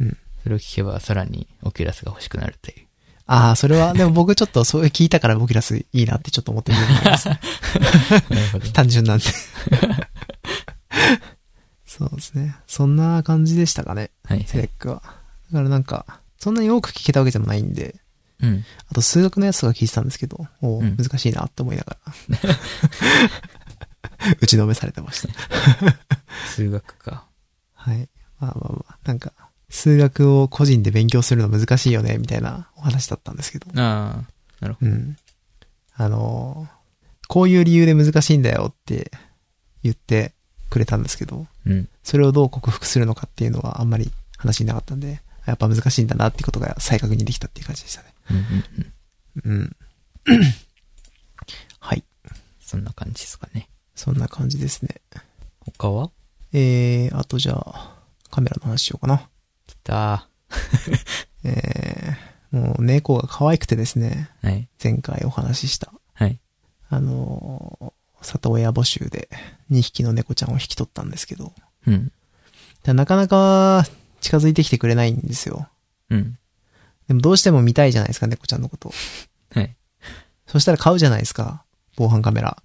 うん。それを聞けば、さらに、オキュラスが欲しくなる という。ああ、それは、でも僕ちょっとそういう聞いたから僕キュラスいいなってちょっと思ってる部分が あります。なるほど。単純なんで。そうですね。そんな感じでしたかね、はいはセレい。ックは。だからなんか、そんなに多く聞けたわけでもないんで、うん。あと数学のやつとか聞いてたんですけど、おーうん難しいなって思いなが ら。打ちのめされてました。数学か。はい。まあまあまあ、なんか、数学を個人で勉強するの難しいよね、みたいなお話だったんですけど。ああ、なるほうん。あのー、こういう理由で難しいんだよって言って、くれたんですけど、うん。それをどう克服するのかっていうのはあんまり話になかったんで、やっぱ難しいんだなってことが再確認できたっていう感じでしたね。うんうんうん。うん。 はい。そんな感じですかね。そんな感じですね。他はえー、あとじゃあ、カメラの話しようかな。来たえー、もう猫が可愛くてですね、ー。はい。前回お話しした、はい。あのー里親募集で2匹の猫ちゃんを引き取ったんですけど、うん。ただなかなか近づいてきてくれないんですよ。うん。でもどうしても見たいじゃないですか、猫ちゃんのこと。はい。そしたら買うじゃないですか、防犯カメラ。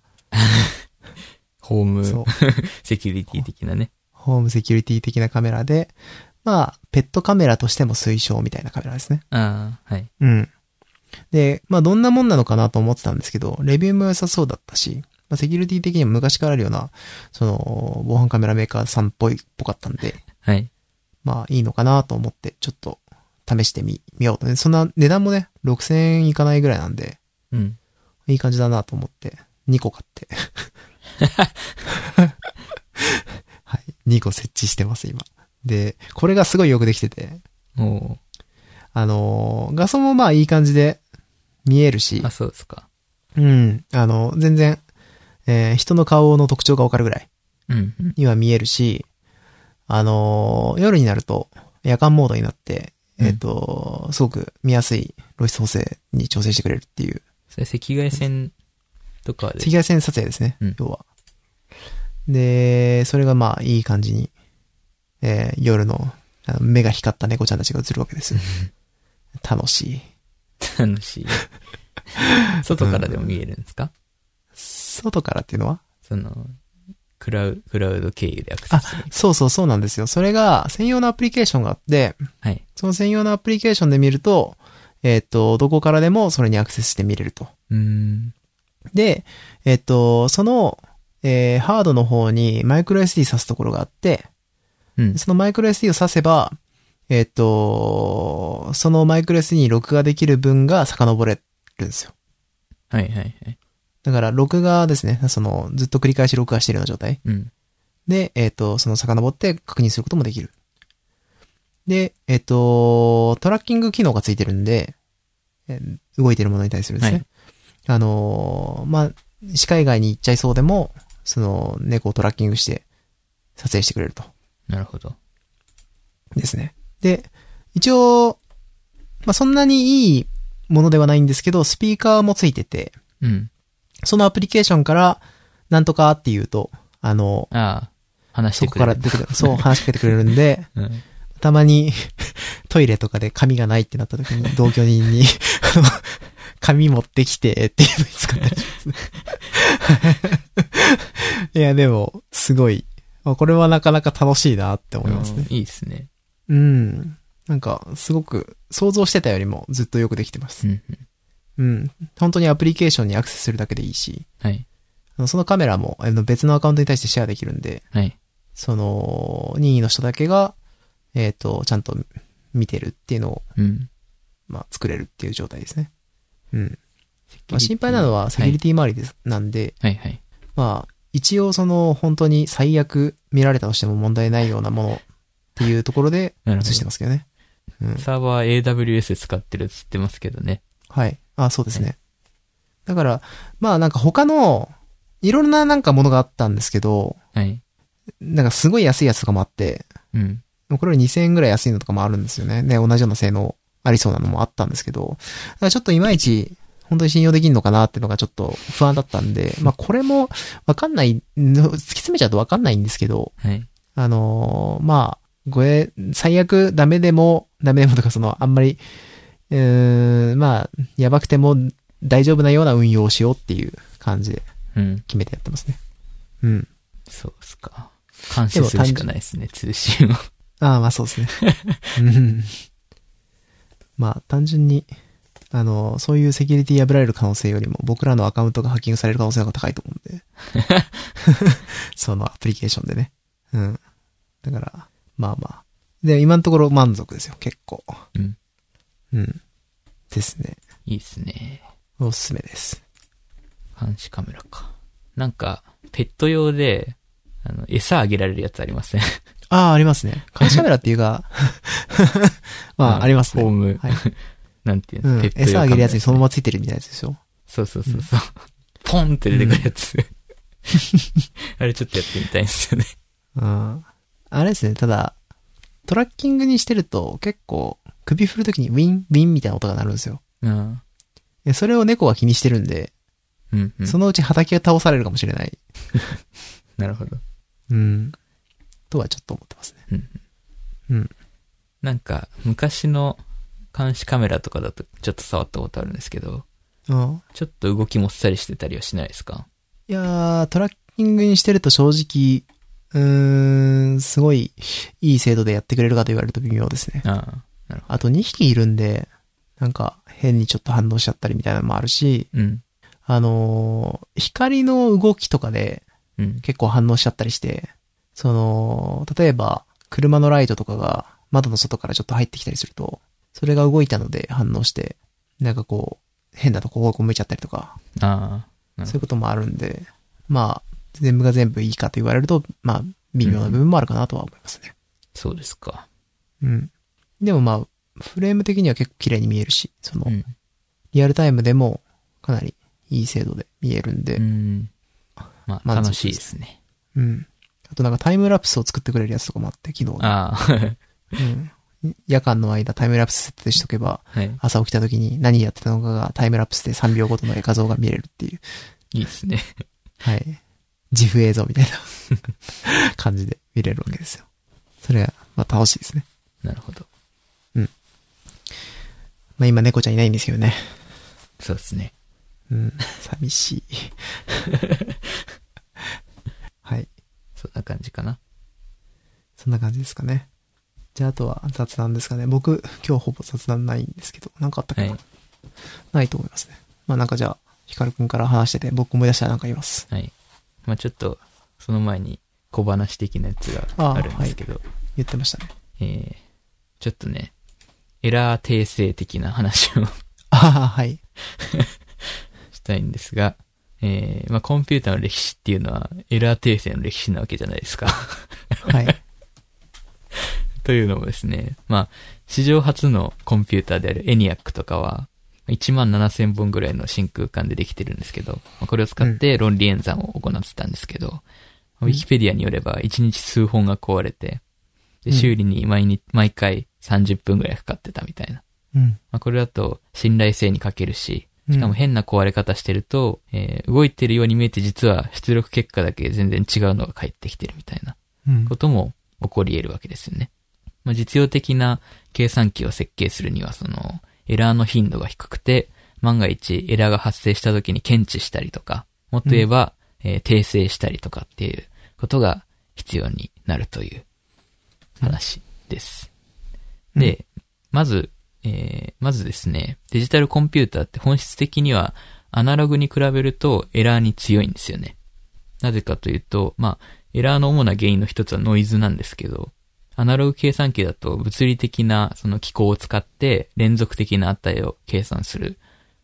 ホーそムう。セキュリティ的なね。ホームセキュリティ的なカメラで、まあ、ペットカメラとしても推奨みたいなカメラですね。ああ、はい。うん。で、まあ、どんなもんなのかなと思ってたんですけど、レビューも良さそうだったし、まあ、セキュリティ的にも昔からあるような、その、防犯カメラメーカーさんっぽい、っぽかったんで、はい。まあ、いいのかなと思って、ちょっと、試してみ、みようとね。そんな、値段もね、6000円いかないぐらいなんで、うん。いい感じだなと思って、2個買って。はい。2個設置してます、今。で、これがすごいよくできてて、おあのー画素もまあいい感じで見えるしーあ、、そうですか。うん。あの、全然、えー人の顔の特徴がわかるぐらいうん。うんには見えるし、あのー夜になると夜間モードになって、うんえっ、と、すごく見やすい露出補正に調整してくれるっていうそれ赤外線とかで赤。外線撮影ですね、うん要は。で、それがまあいい感じに、えー夜のあの目が光った猫ちゃんたちが映るわけです よ。楽しい。楽 しい。外からでも見えるんですか外からっていうのはその、クラウ、クラウド経由でアクセスする。そうそうそうなんですよ。それが専用のアプリケーションがあって、はい。その専用のアプリケーションで見ると、えっ、と、どこからでもそれにアクセスして見れると。うーん。で、えっ、と、その、えーハードの方にマイクロ SD 挿すところがあって、うん。そのマイクロ SD を挿せば、えっ、と、そのマイクロ SD に録画できる分が遡れるんですよ。はいはいはい。だから、録画ですね。その、ずっと繰り返し録画してるような状態。うん。で、えっ、と、その遡って確認することもできる。で、えっ、と、トラッキング機能がついてるんで、えー動いてるものに対するですね。はいあのーまあ、視界外に行っちゃいそうでも、その、猫をトラッキングして、撮影してくれると。なるほど。ですね。で、一応、まあ、そんなにいいものではないんですけど、スピーカーもついてて、うん。そのアプリケーションから、なんとかって言うと、あの、ああ、話しそてこくかれらる。出てくる、そう話しかけてくれるん で、うん。たまに トイレとかで紙がないってなった 時に同居人に、あの紙持ってきてっていうのに使ったりし ますね。いや、でも、すごい。あこれはなかなか楽しいなって思いますね。うんいいですね。うん。なんか、すごく、想像してたよりもずっとよくできてまうす。んうん。うん。本当にアプリケーションにアクセスするだけでいいし、はい。あのそのカメラもあの別のアカウントに対してシェアできるんで、はい。その、任意の人だけが、えっ、と、ちゃんと見てるっていうのを、うん。まあ、作れるっていう状態ですね。うん。まあ、心配なのはセキュリティ周りです、なんで、はいはい。まあ、一応その、本当に最悪見られたとしても問題ないようなものっていうところでなる映ほどしてますけどね。うん。サーバー AWS 使ってるっつってますけどね。はい。あ、そうですね。だから、まあなんか他の、いろんななんかものがあったんですけど、はい。なんかすごい安いやつとかもあって、うん。これより2000円ぐらい安いのとかもあるんですよね。ね、同じような性能ありそうなのもあったんですけど、だからちょっといまいち、本当に信用できんのかなっていうのがちょっと不安だったんで、まあこれもわかんない、の突き詰めちゃうとわかんないんですけど、はい。あのーまあ、これ、最悪ダメでも、ダメでもとか、その、あんまり、うーん、まあ、やばくても大丈夫なような運用をしようっていう感じでうん。決めてやってますね。うん。そうっすか。監視するしかないですね、通信を。ああ、まあそうですね。うんまあ、単純に、あのー、そういうセキュリティ破られる可能性よりも、僕らのアカウントがハッキングされる可能性の方が高いと思 うんで。そのアプリケーションでね。うん。だから、まあまあ。で、今のところ満足ですよ、結構。うん。うん。ですね。 いいっすね。おすすめです。監視カメラか。なんか、ペット用で、あの、餌あげられるやつありません。ああ、ありますね。監視カメラっていうか、 まあ、ありますホーね。ム、はい なんていううの、んペット用餌あげるやつにそのカメラままついてるみたいなやつでしょ。そうそうそうそう。ポンって出てくるやつ。 あれちょっとやってみたいんですよね。うん。あれですね、ただ、トラッキングにしてると結構首振るときにウィン、ウィンみたいな音が鳴るんですよ。うん。でそれを猫は気にしてるんで、うん、うん。そのうち畑が倒されるかもしれない。なるほど。うん。とはちょっと思ってますね。なんか、昔の監視カメラとかだとちょっと触ったことあるんですけど、うん。ちょっと動きもっさりしてたりはしないですかいやー、トラッキングにしてると正直、うーん、すごいいい精度でやってくれるかと言われると微妙ですね。ああ、なるほあと2匹いるんで、なんか変にちょっと反応しちゃったりみたいなのもあるし、ど。うん。あのー光の動きとかでうん。結構反応しちゃったりして、その、例えば車のライトとかが窓の外からちょっと入ってきたりすると、それが動いたので反応して、なんかこう、変なとこ方向向いちゃったりとか、ああ。そういうこともあるんで、まあ、全部が全部いいかと言われると、まあ、微妙な部分もあるかなとは思いますね。そうですか。うん。でもまあ、フレーム的には結構綺麗に見えるし、そのう、ん。リアルタイムでもかなりいい精度で見えるんで、うん。まあ、満足楽しいですね。うん。あとなんかタイムラプスを作ってくれるやつとかもあって、昨日。あ あ、うん。夜間の間タイムラプス設定しとけば、はい。朝起きた時に何やってたのかがタイムラプスで3秒ごとの画像が見れるっていう、いいですね。はい。自負映像みたいな 感じで見れるわけですよ。それは、まあ楽しいですね。なるほど。まあ今猫ちゃんいないんですけどね。そうですね。うん。寂しい。 はい。そんな感じかな。そんな感じですかね。じゃあ、あとは雑談ですかね。僕、今日ほぼ雑談ないんですけど、なんかあったかはな、い。ないと思いますね。まあなんかじゃあ、ヒカルくんから話してて、僕思い出したらなんか言います。はい。まあちょっと、その前に小話的なやつがあるんですけど、言ってましたね。えー、ちょっとね、エラー訂正的な話をああ、はい。したいんですが、えー、まあコンピューターの歴史っていうのは、エラー訂正の歴史なわけじゃないですか。はい。というのもですね、まあ、史上初のコンピューターであるエニアックとかは、1万7000本ぐらいの真空管でできてるんですけど、まあこれを使って論理演算を行ってたんですけど、うんウィキペディアによれば1日数本が壊れて、うでん修理に毎日、毎回30分ぐらいかかってたみたいな。うん。まあ、これだと信頼性に欠けるし、しかも変な壊れ方してると、えー動いてるように見えて実は出力結果だけ全然違うのが返ってきてるみたいな。うんことも起こり得るわけですよね。まあ、実用的な計算機を設計するには、その、エラーの頻度が低くて、万が一エラーが発生した時に検知したりとか、もっと言えば、えー訂正したりとかっていうことが必要になるという話です。うんで、まず、えーまずですね、デジタルコンピューターって本質的にはアナログに比べるとエラーに強いんですよね。なぜかというと、まあ、エラーの主な原因の一つはノイズなんですけど、アナログ計算機だと物理的なその機構を使って連続的な値を計算する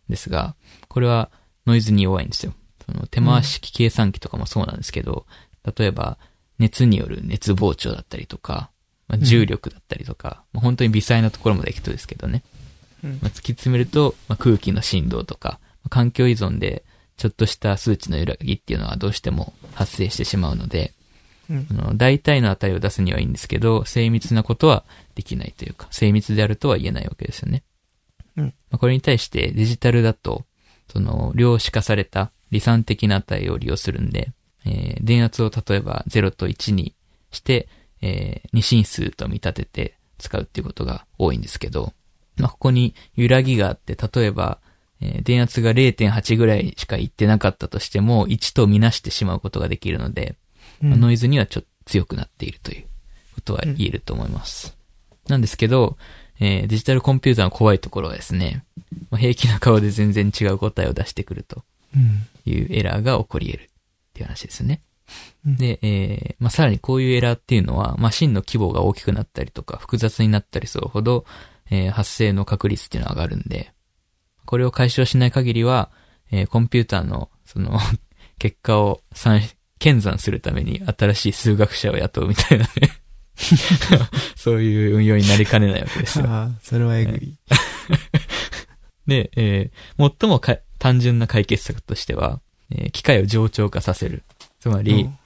んですが、これはノイズに弱いんですよ。その手回し式計算機とかもそうなんですけど、例えば熱による熱膨張だったりとか、まあ、うん重力だったりとか、まあ本当に微細なところまで行くとですけどね、うんまあ突き詰めると、まあ、空気の振動とか、まあ環境依存でちょっとした数値の揺らぎっていうのはどうしても発生してしまうので、うんあの大体の値を出すにはいいんですけど、精密なことはできないというか、精密であるとは言えないわけですよね。うんまあこれに対してデジタルだと、その量子化された理算的な値を利用するんで、えー電圧を例えば0と1にして、えー二進数と見立てて使うっていうことが多いんですけど、まあ、ここに揺らぎがあって、例えば、えー電圧が0.8ぐらいしかいってなかったとしても、1とみなしてしまうことができるので、うんまあノイズにはちょっと強くなっているということは言えると思います。なんですけど、えーデジタルコンピューターの怖いところはですね、まあ平気な顔で全然違う答えを出してくるとうんいうエラーが起こり得るっていう話ですね。うんで、えーまあ、さらにこういうエラーっていうのは、マシンの規模が大きくなったりとか、複雑になったりするほど、えー発生の確率っていうのは上がるんで、こ れを解消しない限りは、えーコンピューターの、その、結果を算検算するために新しい数学者を雇うみたいなね。 そういう運用になりかねないわけですよ。ああ、それはえぐい。で、えー最もか単純な解決策としては、えー機械を冗長化させる。つまり、うん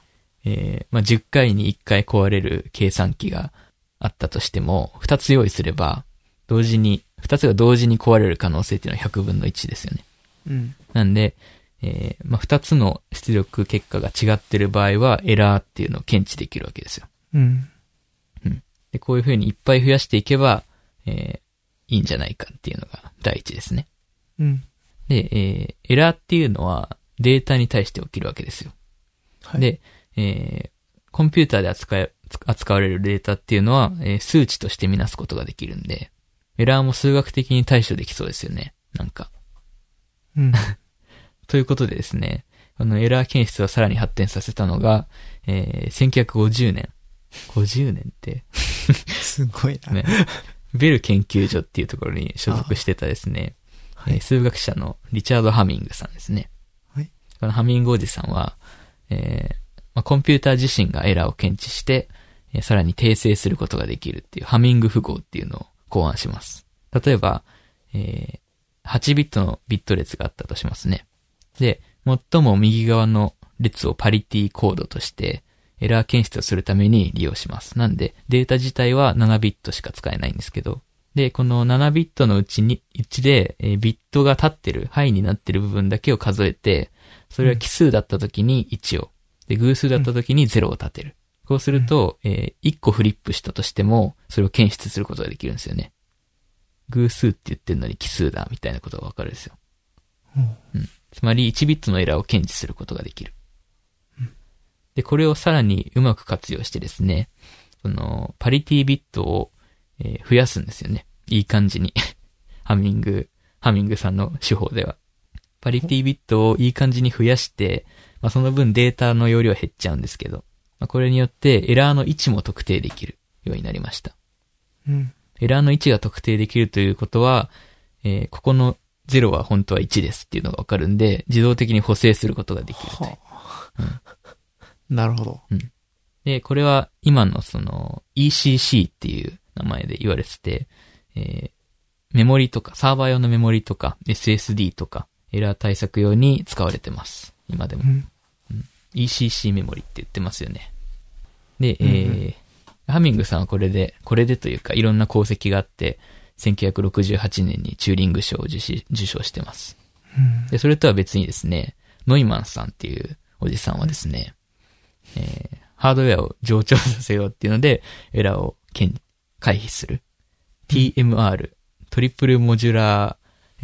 えーまあ、10回に1回壊れる計算機があったとしても、2つ用意すれば、同時に、2つが同時に壊れる可能性っていうのは100分の1ですよね。うん。なんで、えーまあ、2つの出力結果が違ってる場合は、エラーっていうのを検知できるわけですよ。うん。で、こういう風にいっぱい増やしていけば、えーいいんじゃないかっていうのが第一ですね。うん。で、えーエラーっていうのはデータに対して起きるわけですよ。はい、で、えーコンピューターで扱え扱われるデータっていうのは、えー数値として見なすことができるんで、エラーも数学的に対処できそうですよね。なんか。うん。ということでですね、あの、エラー検出をさらに発展させたのが、えー1950年。50年って、すごいな。ね、ベル研究所っていうところに所属してたですね、はいえー数学者のリチャード・ハミングさんですね。はいこのハミングおじさんは、えーまあ、コンピューター自身がエラーを検知して、えーさらに訂正することができるっていうハミング符号っていうのを考案します。例えば、えー8ビットのビット列があったとしますね。で、最も右側の列をパリティコードとして、エラー検出をするために利用します。なんで、データ自体は7ビットしか使えないんですけど、で、この7ビットのうちに、うちで、えービットが立ってる、範囲になってる部分だけを数えて、それは奇数だった時に1を、で、偶数だった時に0を立てる。こうすると、え1個フリップしたとしても、それを検出することができるんですよね。偶数って言ってるのに奇数だ、みたいなことがわかるんですよ。うんつまり1ビットのエラーを検知することができる。で、これをさらにうまく活用してですね、その、パリティビットを、えー増やすんですよね。いい感じに。 ハミング、ハミングさんの手法では。パリティビットをいい感じに増やして、まあ、その分データの容量減っちゃうんですけど、まあ、これによってエラーの位置も特定できるようになりました。うん。エラーの位置が特定できるということは、えーここの0は本当は1ですっていうのがわかるんで、自動的に補正することができるというはあ。なるほど。で、これは今のその ECC っていう名前で言われてて、えーメモリとか、サーバー用のメモリとか、SSD とか、エラー対策用に使われてます。今でもう。ん。 ECC メモリって言ってますよね。で、えうんうーハミングさんはこれで、これでというかいろんな功績があって、1968年にチューリング賞を受賞受賞してます。うんで、それとは別にですね、ノイマンさんっていうおじさんはですね、えーハードウェアを上長させようっていうので、エラーを検回避する。TMR、トリプルモジュラー、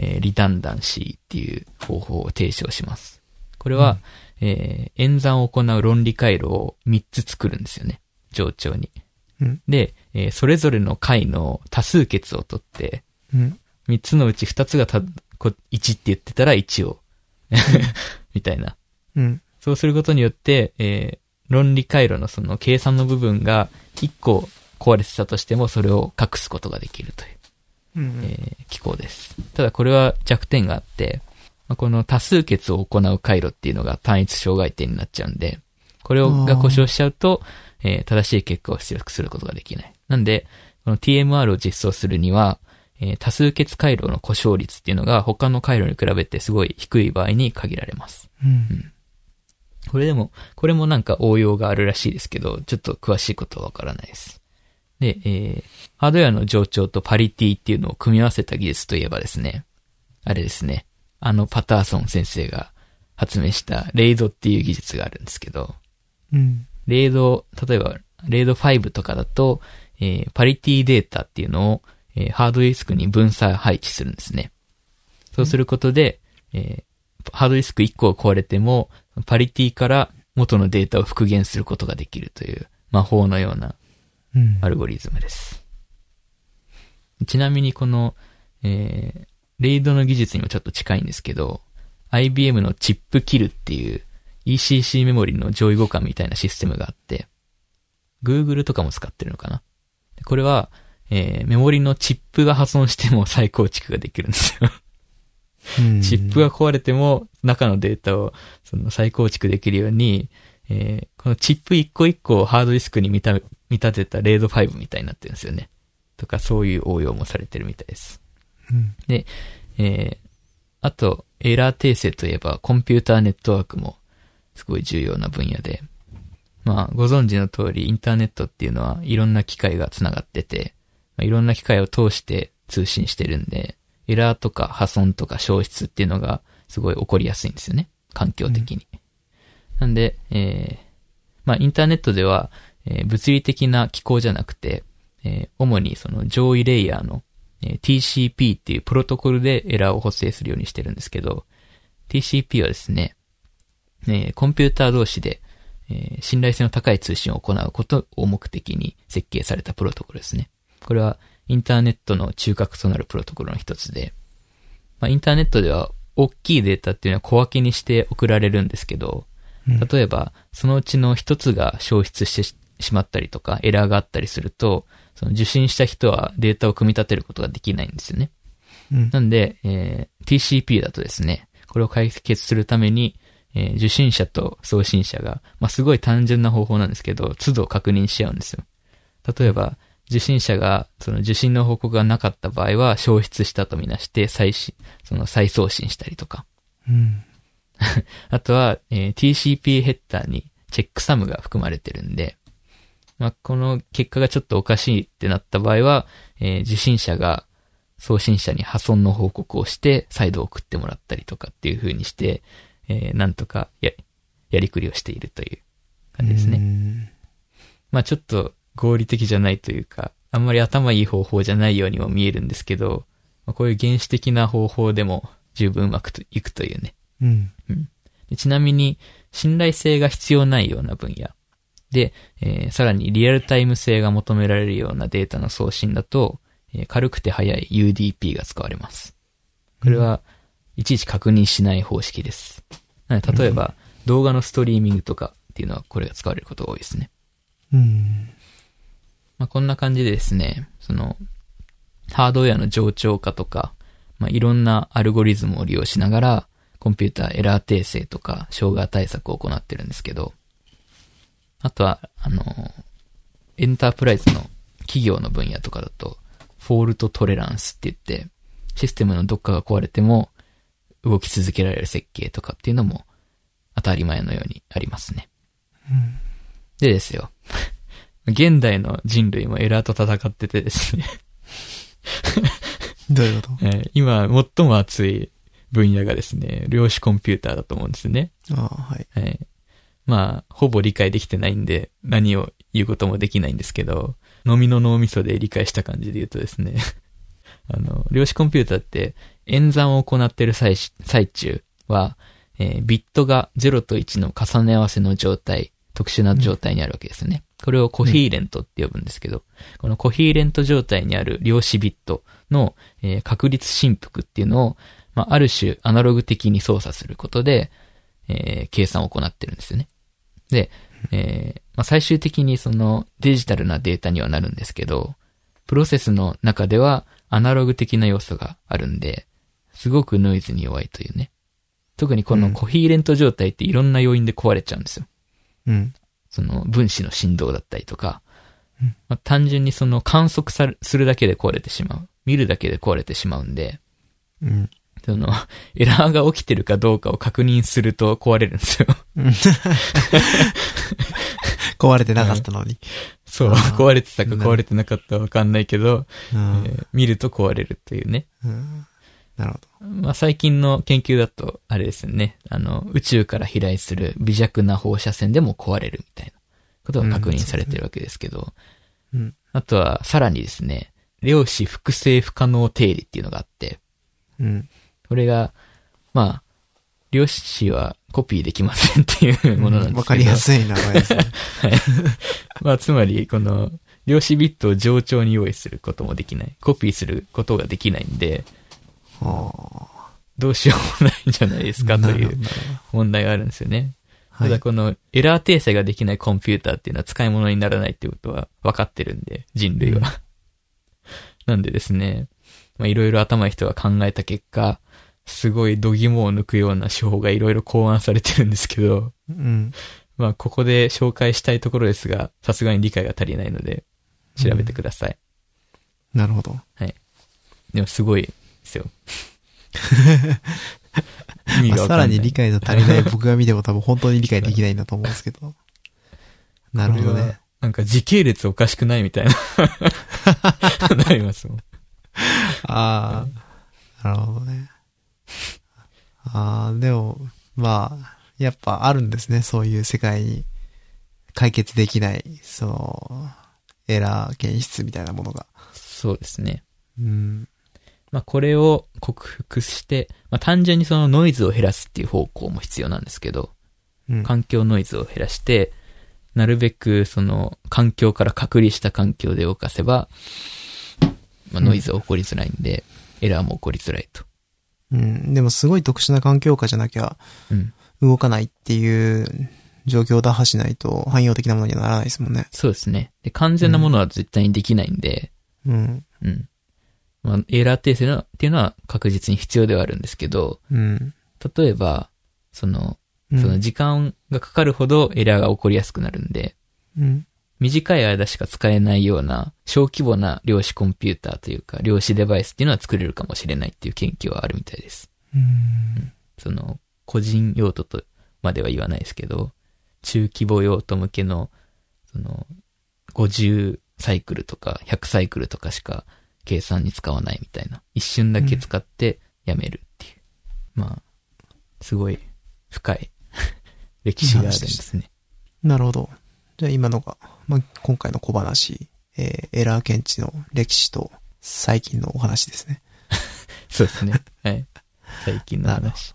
えーリダンダンシーっていう方法を提唱します。これは、えー演算を行う論理回路を3つ作るんですよね。上長に。うんで、えーそれぞれの回の多数決を取って、うん。三つのうち二つがた、こ1って言ってたら1を。 みたいな。うん。そうすることによって、えー論理回路のその計算の部分が1個壊れてたとしてもそれを隠すことができるという、うえん。ー機構です。ただこれは弱点があって、まあこの多数決を行う回路っていうのが単一障害点になっちゃうんで、これをが故障しちゃうと、えー正しい結果を出力することができない。なんで、この TMR を実装するには、えー多数決回路の故障率っていうのが他の回路に比べてすごい低い場合に限られます。うん。これでも、これもなんか応用があるらしいですけど、ちょっと詳しいことはわからないです。で、えー、ハードウェアの上長とパリティっていうのを組み合わせた技術といえばですね、あれですね、あのパターソン先生が発明したレイドっていう技術があるんですけど、うん。レード、例えば、レード5とかだと、えーパリティデータっていうのを、えーハードディスクに分散配置するんですね。そうすることで、えーハードディスク1個壊れても、パリティから元のデータを復元することができるという魔法のようなうん。アルゴリズムです。ちなみにこの、えーレイドの技術にもちょっと近いんですけど、IBM のチップキルっていう ECC メモリの上位互換みたいなシステムがあって、Google とかも使ってるのかな。これは、えーメモリのチップが破損しても再構築ができるんですよ。チップが壊れても中のデータをその再構築できるように、えーこのチップ一個一個をハードディスクに見た見立てたレード5みたいになってるんですよね。とか、そういう応用もされてるみたいです。うん。えーあと、エラー訂正といえば、コンピューターネットワークも、すごい重要な分野で、まあ、ご存知の通り、インターネットっていうのは、いろんな機械がつながってて、まあいろんな機械を通して通信してるんで、エラーとか破損とか消失っていうのが、すごい起こりやすいんですよね。環境的に。なんで、えーまあ、インターネットでは、えー物理的な機構じゃなくて、えー主にその上位レイヤーの、えー TCP っていうプロトコルでエラーを補正するようにしてるんですけど、TCP はですね、えーコンピューター同士で、えー信頼性の高い通信を行うことを目的に設計されたプロトコルですね。これはインターネットの中核となるプロトコルの一つで、まあ、インターネットでは大きいデータっていうのは小分けにして送られるんですけど、うん例えば、そのうちの一つが消失してししまったりとか、エラーがあったりすると、その受信した人はデータを組み立てることができないんですよね。うんなんで、えー TCP だとですね、これを解決するために、えー受信者と送信者が、まあ、すごい単純な方法なんですけど、都度確認し合うんですよ。例えば、受信者が、その受信の報告がなかった場合は、消失したとみなして、再し、その再送信したりとか、うん。あとは、えー TCP ヘッダーにチェックサムが含まれてるんで、まあ、この結果がちょっとおかしいってなった場合は、えー受信者が送信者に破損の報告をして、再度送ってもらったりとかっていう風にして、えーなんとかや、やりくりをしているという感じですね。ね。まあちょっと合理的じゃないというか、あんまり頭いい方法じゃないようにも見えるんですけど、まあこういう原始的な方法でも十分うまくといくというね。うん。でちなみに、信頼性が必要ないような分野。で、えーさらにリアルタイム性が求められるようなデータの送信だと、えー軽くて速い UDP が使われます。これは、いちいち確認しない方式です。なので例えば、動画のストリーミングとかっていうのはこれが使われることが多いですね。うん。まあ、こんな感じでですね、その、ハードウェアの冗長化とか、まあ、いろんなアルゴリズムを利用しながら、コンピューターエラー訂正とか、障害対策を行ってるんですけど、あとは、あの、エンタープライズの企業の分野とかだと、フォールトトレランスって言って、システムのどっかが壊れても、動き続けられる設計とかっていうのも、当たり前のようにありますね。うんでですよ。 現代の人類もエラーと戦っててですね、 どういうこえー今最も熱い分野がですね、量子コンピューターだと思うんですよね。とああ、はい。はい。まあ、ほぼ理解できてないんで、何を言うこともできないんですけど、のみの脳みそで理解した感じで言うとですね、 あの、量子コンピューターって演算を行っている最し最中は、えービットが0と1の重ね合わせの状態、特殊な状態にあるわけですね。これをコヒーレントって呼ぶんですけど、このコヒーレント状態にある量子ビットの、えー確率振幅っていうのを、まあ、ある種アナログ的に操作することで、えー計算を行ってるんですよね。で、えーまあ、最終的にそのデジタルなデータにはなるんですけど、プロセスの中ではアナログ的な要素があるんで、すごくノイズに弱いというね。特にこのコヒーレント状態っていろんな要因で壊れちゃうんですよ。うん。その分子の振動だったりとかうん、まあ単純にその観測されするだけで壊れてしまう。見るだけで壊れてしまうんで、うん。その、エラーが起きてるかどうかを確認すると壊れるんですよ。壊れてなかったのに。そう。あー壊れてたか壊れてなかったかわかんないけど、うえん。ー見ると壊れるというね。うんなるほど。まあ、最近の研究だと、あれですよね。あの、宇宙から飛来する微弱な放射線でも壊れるみたいなことが確認されてるわけですけど、うん。あとは、さらにですね、量子複製不可能定理っていうのがあって、うん。これが、まあ、量子はコピーできませんっていうものなんですけど。わかりやすい名前ですね。まあ、つまり、この、量子ビットを冗長に用意することもできない。コピーすることができないんで、はどうしようもないんじゃないですかといなるほうど問題があるんですよね。あはただい。このエラー訂正ができないコンピューターっていうのは使い物にならないってことは分かってるんで、人類は。うんなんでですね、まあいろいろ頭いい人が考えた結果、すごい度肝を抜くような手法がいろいろ考案されてるんですけど、うん。まあ、ここで紹介したいところですが、さすがに理解が足りないので、調べてください。なるほど。でも、すごいで すよ。まあさ意味がわかんならい。に理解が足りない僕が見ても多分本当に理解できないんだと思うんですけど。なるほどこれねは。なんか時系列おかしくないみ たいな。なりますもん。ああ、なるほどね。ああ、でも、まあ、やっぱあるんですね。そういう世界に解決できない、その、エラー検出みたいなものが。そうですね。うん。まあ、これを克服して、まあ、単純にそのノイズを減らすっていう方向も必要なんですけど、うん環境ノイズを減らして、なるべくその環境から隔離した環境で動かせば、まあ、ノイズは起こりづらいんで、エラーも起こりづらいと。うん。でもすごい特殊な環境下じゃなきゃうん。動かないっていう状況を打破しないと汎用的なものにはならないですもんね。そうですね。で、完全なものは絶対にできないんで、うん。うん。まあ、エラー訂正のっていうのは確実に必要ではあるんですけど、うん。例えば、その、うんその時間がかかるほどエラーが起こりやすくなるんで、うん。短い間しか使えないような小規模な量子コンピューターというか量子デバイスっていうのは作れるかもしれないっていう研究はあるみたいです。うん。その個人用途とまでは言わないですけど、中規模用途向けのその50サイクルとか100サイクルとかしか計算に使わないみたいな。一瞬だけ使ってやめるっていう。まあ、すごい深い 歴史があるんですね。なるほど。じゃあ今のが、まあ、今回の小話、えーエラー検知の歴史と最近のお話ですね。そうですね。はい。最近のなる話。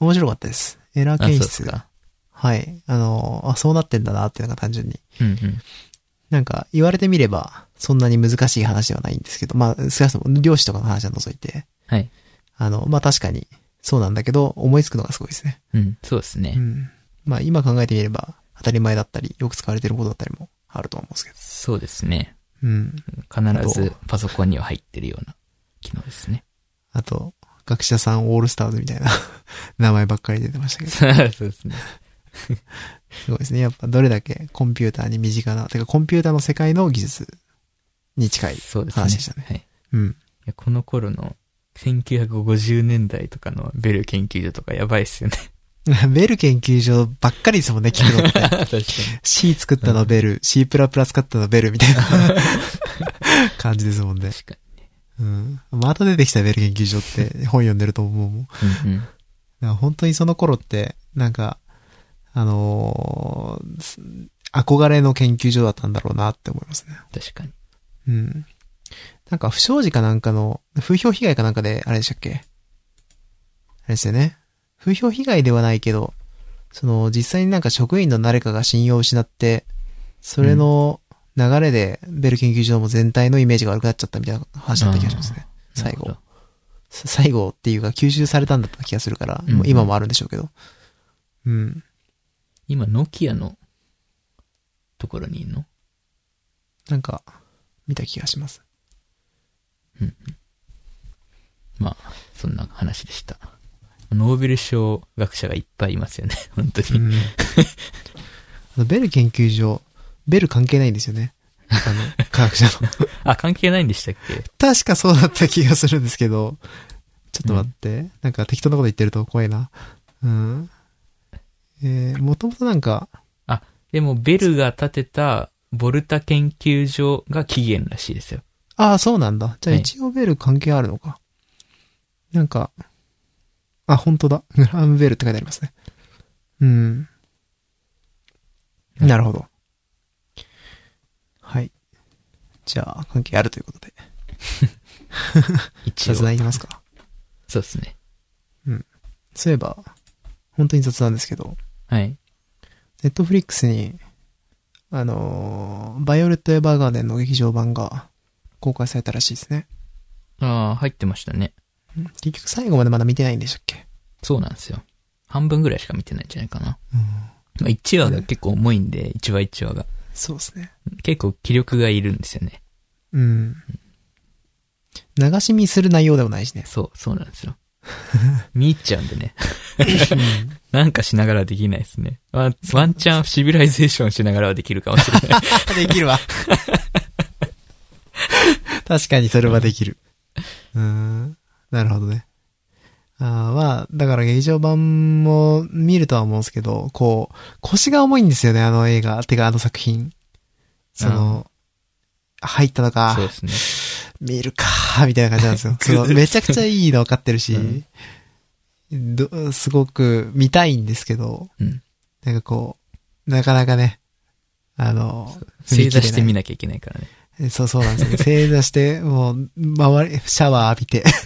面白かったです。エラーあ、そう検です出。か。はい。あの、あ、そうなってんだなっていうのが単純に。うんうん。なんか言われてみれば、そんなに難しい話ではないんですけど、まあ、少なくとも漁師とかの話は除いて、はい。あの、まあ確かに、そうなんだけど、思いつくのがすごいですね。うん、そうですね。うん。まあ今考えてみれば、当たり前だったり、よく使われてることだったりもあると思うんですけど。そうですね。うん。必ずパソコンには入ってるような機能ですね。あと、学者さんオールスターズみたいな 名前ばっかり出てましたけど、 そうですね。すごいですね。やっぱどれだけコンピューターに身近な、てかコンピューターの世界の技術に近いそうですね。話でしたね。はい。いうん。 やこの頃の1950年代とかのベル研究所とかやばいっす よね。ベル研究所ばっかりですもんね、聞くの って。確かに。 C 作ったのベル、C++ 使ったのベルみたいな感じですもんね。確かうん。また出てきたベル研究所って本読んでると思うもん。に。うんうん。だから本当にその頃って、なんか、あのーす憧れの研究所だったんだろうなって思いますね。確かに。うん。なんか不祥事かなんかの、風評被害かなんかで、あれでしたっけあれですよね。風評被害ではないけど、その実際になんか職員の誰かが信用を失って、それの流れでベル研究所も全体のイメージが悪くなっちゃったみたいな話だった気がしますね。 最後なる。ほさ最後っていうか吸収されたんだった気がするから、うんもう今もあるんでしょうけど。うん。ど。今、ノキアのところにいるのなんか、見た気がします。まあ、そんな話でした。ノーベル賞学者がいっぱいいますよね。 本当うに。ん。あのベル研究所、ベル関係ないんですよね。あの、科学者 の。あ、関係ないんでしたっけ確かそうだった気がするんですけど、ちょっと待って。なんか適当なこと言ってると怖いな。うん。えー、もともとなんか、でも、ベルが建てたボルタ研究所が起源らしいですよ。ああ、そうなんだ。じゃあはい一応ベル関係あるのか。なんか、あ、本当だ。 グラムベルって書いてありますね。うん。はいなるほど。はい。じゃあ、関係あるということで。一応。雑そう談いきますか。ですね。そういえば、本当に雑談ですけど、はい。ネットフリックスに、あのーバイオレット・エヴァーガーデンの劇場版が公開されたらしいですね。ああ、入ってましたね。うん結局最後までまだ見てないんでしたっけそうなんですよ。半分ぐらいしか見てないんじゃないかな。うん。まあ、1話が結構重いんで、1話1話が。そうですね。結構気力がいるんですよね。うん。流し見する内容でもないしね。 そう、そうなんですよ。見入っちゃうんでね。なんかしながらはできないですね。ワンワンチャンシビライゼーションしながらはできるかもしれなでい。きるわ。 確かにそれはできる。うーん。なるほどね。あーまあ、だから劇場版も見るとは思うんですけど、こう、腰が重いんですよね、あの映画。てか、あの作品。その、入ったのかそう、ですね。見るか、みたいな感じなんですよ。そのめちゃくちゃいいの分かってるし、うんどすごく見たいんですけど、うん。なんかこう、なかなかね、あの、正座してみななきゃいけないからね。い。そうそうなんですよね。正座して、もう、周り、シャワー浴びて、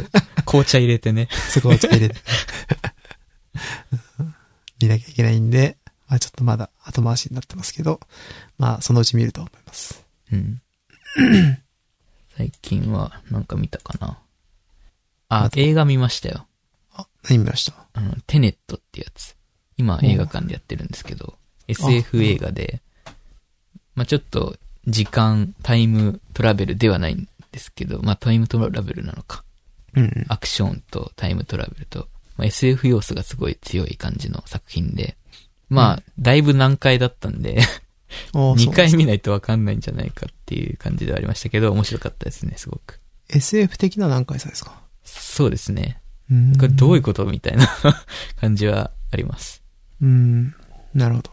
紅茶入れてね。そこをちょっと入れて。 見なきゃいけないんで、まあちょっとまだ後回しになってますけど、まあそのうち見ると思います。 うん。最近は、なんか見たかな。まあ、た映画見ましたよ。あ、何見ましたあの、テネットってやつ。今映画館でやってるんですけど、SF 映画で、まあちょっと時間、タイムトラベルではないんですけど、まあタイムトラベルなのか。うんうん。アクションとタイムトラベルと、まあ、SF 要素がすごい強い感じの作品で、まあ、だいぶ難解だったんで、おーそう2回見ないとわかんないんじゃないかっていう感じではありましたけど、面白かったですね、すごく。 SF 的な何回さですかそうですね。うんこれどういうことみたいな 感じはあります。うん。なるほど。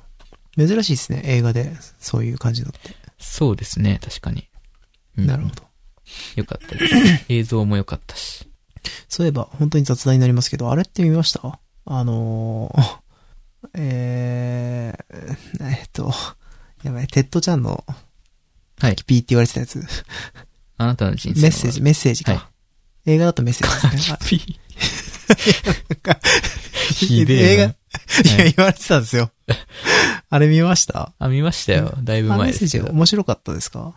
珍しいですね。映画で、そういう感じのって。そうですね、確かに。うんなるほど。よかったです。 映像も良かったし。そういえば、本当に雑談になりますけど、あれって見ましたあのー、 えー、えっと、やばい、テッドちゃんの、はいピーって言われてたやつ。メあなたの人生はッセ ージ、。メッセージか。は映画だとメッセージですね。い。あひでえ映な画、いや、言われてたんです よ。あれ見ましたあ、見ましたよ。だいぶあメ前ッでセーすけジど。面白かったですか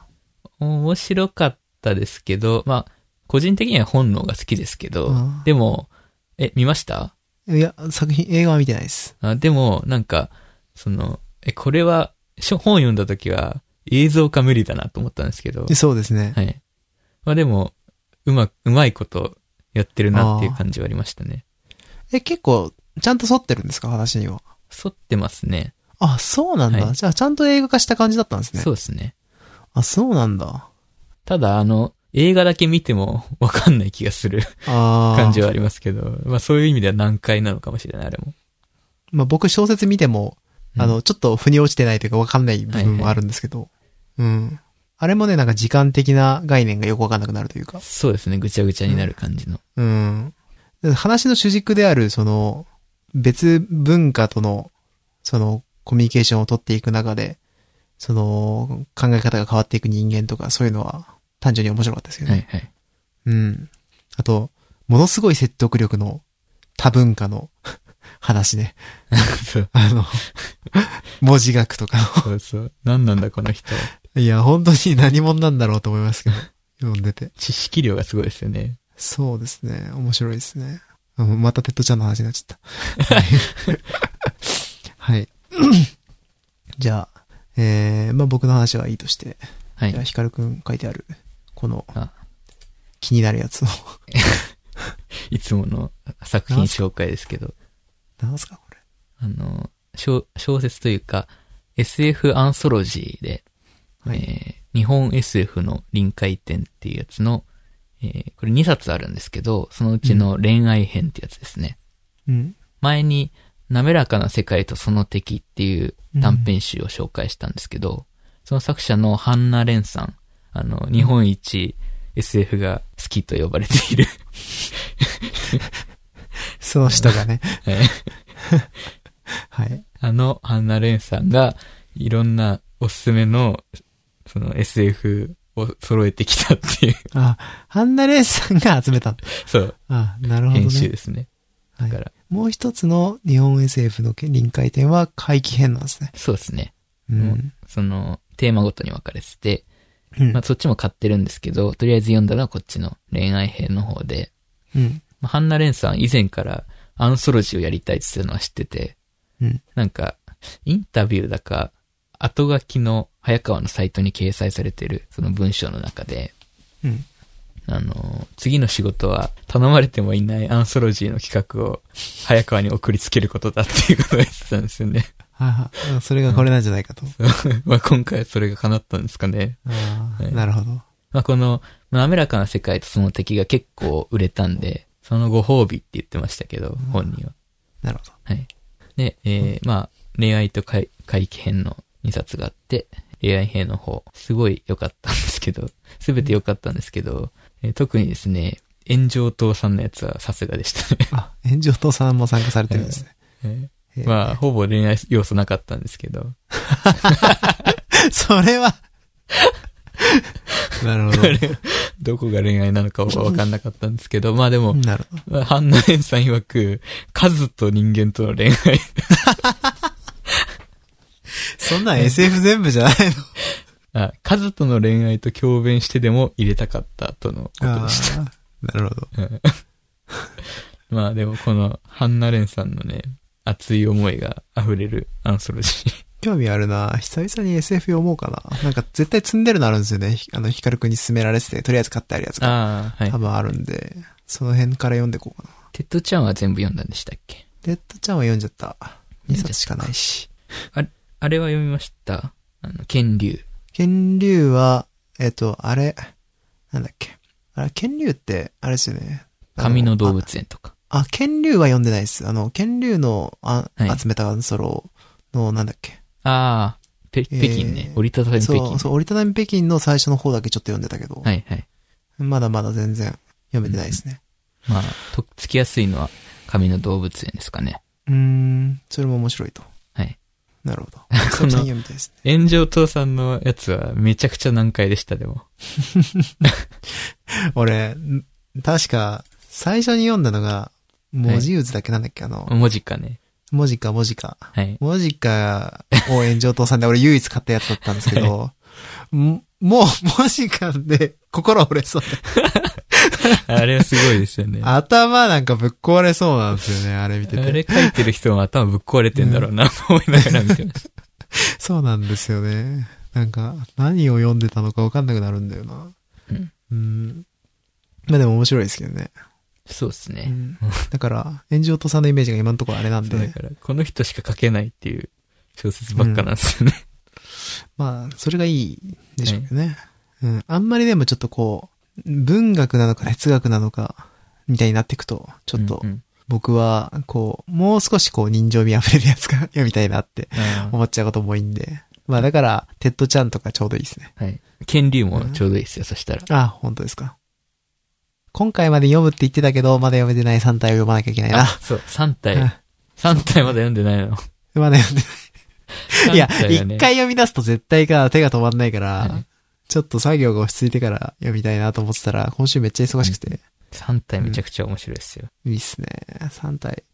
面白かったですけど、まあ、個人的には本能が好きですけど、うんでも、え、見ましたいや、作品、映画は見てないです。あでも、なんか、その、え、これは、しょ本読んだ時は映像化無理だなと思ったんですけど、そうですね。はい。まあでも、うま、うまいことやってるなっていう感じはありましたね。え、結構、ちゃんと沿ってるんですか話には。沿ってますね。あ、そうなんだ。はいじゃあ、ちゃんと映画化した感じだったんですね。そうですね。あ、そうなんだ。ただ、あの、映画だけ見ても わかんない気がするあー感じはありますけど、まあそういう意味では難解なのかもしれない、あれも。まあ、僕、小説見ても、うんあの、ちょっと腑に落ちてないというか、わかんない部分もあるんですけど。うん。あれもね、なんか時間的な概念がよくわかんなくなるというか。そうですね、ぐちゃぐちゃになる感じの。うん。話の主軸である、その、別文化との、その、コミュニケーションを取っていく中で、その、考え方が変わっていく人間とか、そういうのは、単純に面白かったですよね。はいはい。うん。あと、ものすごい説得力の多文化の 話ね。そうあの、文字学とかそうそう。何なんだこの人。の。いや、本当に何者なんだろうと思いますけど、 読んでて。知識量がすごいですよね。そうですね。面白いですね。うんまたテッドちゃんの話になっちゃった。はい。 じゃあ、えー、まあ僕の話はいいとして、はじゃあい。ヒカルくん書いてある、このあ、気になるやつを。いつもの作品紹介ですけど、何すかこれ。あの、小小説というか、SF アンソロジーで、はいえー日本 SF の臨界点っていうやつの、えーこれ2冊あるんですけど、そのうちの恋愛編ってやつですね。うん。前に、滑らかな世界とその敵っていう短編集を紹介したんですけど、その作者のハンナ・レンさん、あの、日本一 SF が好きと呼ばれている、その人がね。えはい。 あのハンナ・レンさんがいろんなおすすめの、その SF を揃えてきたっていう、あ、ハンナレースさんが集めたんだ。そう、あ、なるほど編集ね。ですね。はだいから、もう一つの日本 SF の臨界点は回帰編なんですね。そうですね。う。もうんその、テーマごとに分かれてて、うんまあ、そっちも買ってるんですけど、とりあえず読んだのはこっちの恋愛編の方で、うん。まあハンナ・レンさん以前からアンソロジーをやりたいって言ってたのは知ってて、うんなんか、インタビューだか、後書きの早川のサイトに掲載されてるその文章の中で、うん。あの、次の仕事は頼まれてもいないアンソロジーの企画を早川に送りつけることだっていうことを言ってたんですよね。 はいはいうん。それがこれなんじゃないかと。まあ今回はそれが叶ったんですかね。あはあ、いなるほど。まあこの、滑らかな世界とその敵が結構売れたんで、そのご褒美って言ってましたけど、本人は。なるほど。はい。で、えー、まあ、恋愛と怪怪奇編の2冊があって、恋愛編の方、すごい良かったんですけど、すべて良かったんですけど、えー特にですね、炎上党さんのやつはさすがでしたね。あ、炎上党さんも参加されてるんですね。ええーー まあ、ほぼ恋愛要素なかったんですけど、それはなるほどこが恋愛なのかはわかんなかったんですけど、まあでど。も、なるほど。まあハンナレンさん曰く、数と人間との恋愛。そんなん SF 全部じゃないのあ、数との恋愛と共鳴してでも入れたかったとのことでした。あーなるほど。まあでもこのハンナレンさんのね、熱い思いが溢れるアンソロジー。興味あるな久々に SF 読もうかな。なんか絶対積んでるのあるんですよね。ひあの、ヒカルくんに勧められてて、とりあえず買ってあるやつが。ああ、は多い。分あるんで、その辺から読んでいこうかな。テッドちゃんは全部読んだんでしたっけデッドちゃんは読んじゃった。2冊しかないし。あれは読みましたあの、剣竜。剣竜は、えっと、あれ、なんだっけ。あれ、剣竜って、あれですよね。あ神の動物園とか。あ、剣竜は読んでないです。あの、剣竜のあ、はい集めたアンソロの、なんだっけ。ああ、ぺ北京ね。えー折りたたみ北そう、京。そう、折りたたみ北京の最初の方だけちょっと読んでたけど、はいはい。まだまだ全然読めてないですね。まあ、とっつきやすいのは神の動物園ですかね。うーん、それも面白いと。はい。なる ほど。作品読みたいですね。炎上党さんのやつはめちゃくちゃ難解でした、でも。俺、ん確か、最初に読んだのが、文字渦だっけなんだっけ、あの、文字かね。文字か文字か。はい。文字かを炎上倒産で俺唯一買ったやつだったんですけど、んもう文字かで心折れそうであれはすごいですよね。あ頭なんかぶっ壊れそうなんですよね、あれ見てて。れ書いてる人も頭ぶっ壊れてんだろうな、と思いながら見てました。そうなんですよね。なんか、何を読んでたのかわかんなくなるんだよな。うん。うん。まあでも面白いですけどね。そうですうね。ん、だから、炎上とさんのイメージが今のところあれなんそうだで、から、この人しか書けないっていう小説ばっかなんですよね。まあ、それがいいでしょうけどね。うん。あんまりでもちょっとこう、文学なのか哲学なのか、みたいになっていくと、ちょっとうんうん僕は、こう、もう少しこう人情味あふれるやつが読みたいなってあー思っちゃうことも多いんで。まあだから、テッドちゃんとかちょうどいいですね。はい。権竜もちょうどいいですよ、そしたら。あ、本当ですか。今回まで読むって言ってたけど、まだ読めてない3体を読まなきゃいけないな。あ、そう、3体うん。 3体まだ読んでないの。まだ 読んで ない。いや、三体はね一回読み出すと絶対か手が止まんないから、はいちょっと作業が落ち着いてから読みたいなと思ってたら、今週めっちゃ忙しくて。 3体めちゃくちゃ面白いですよ。いいっすね。3体。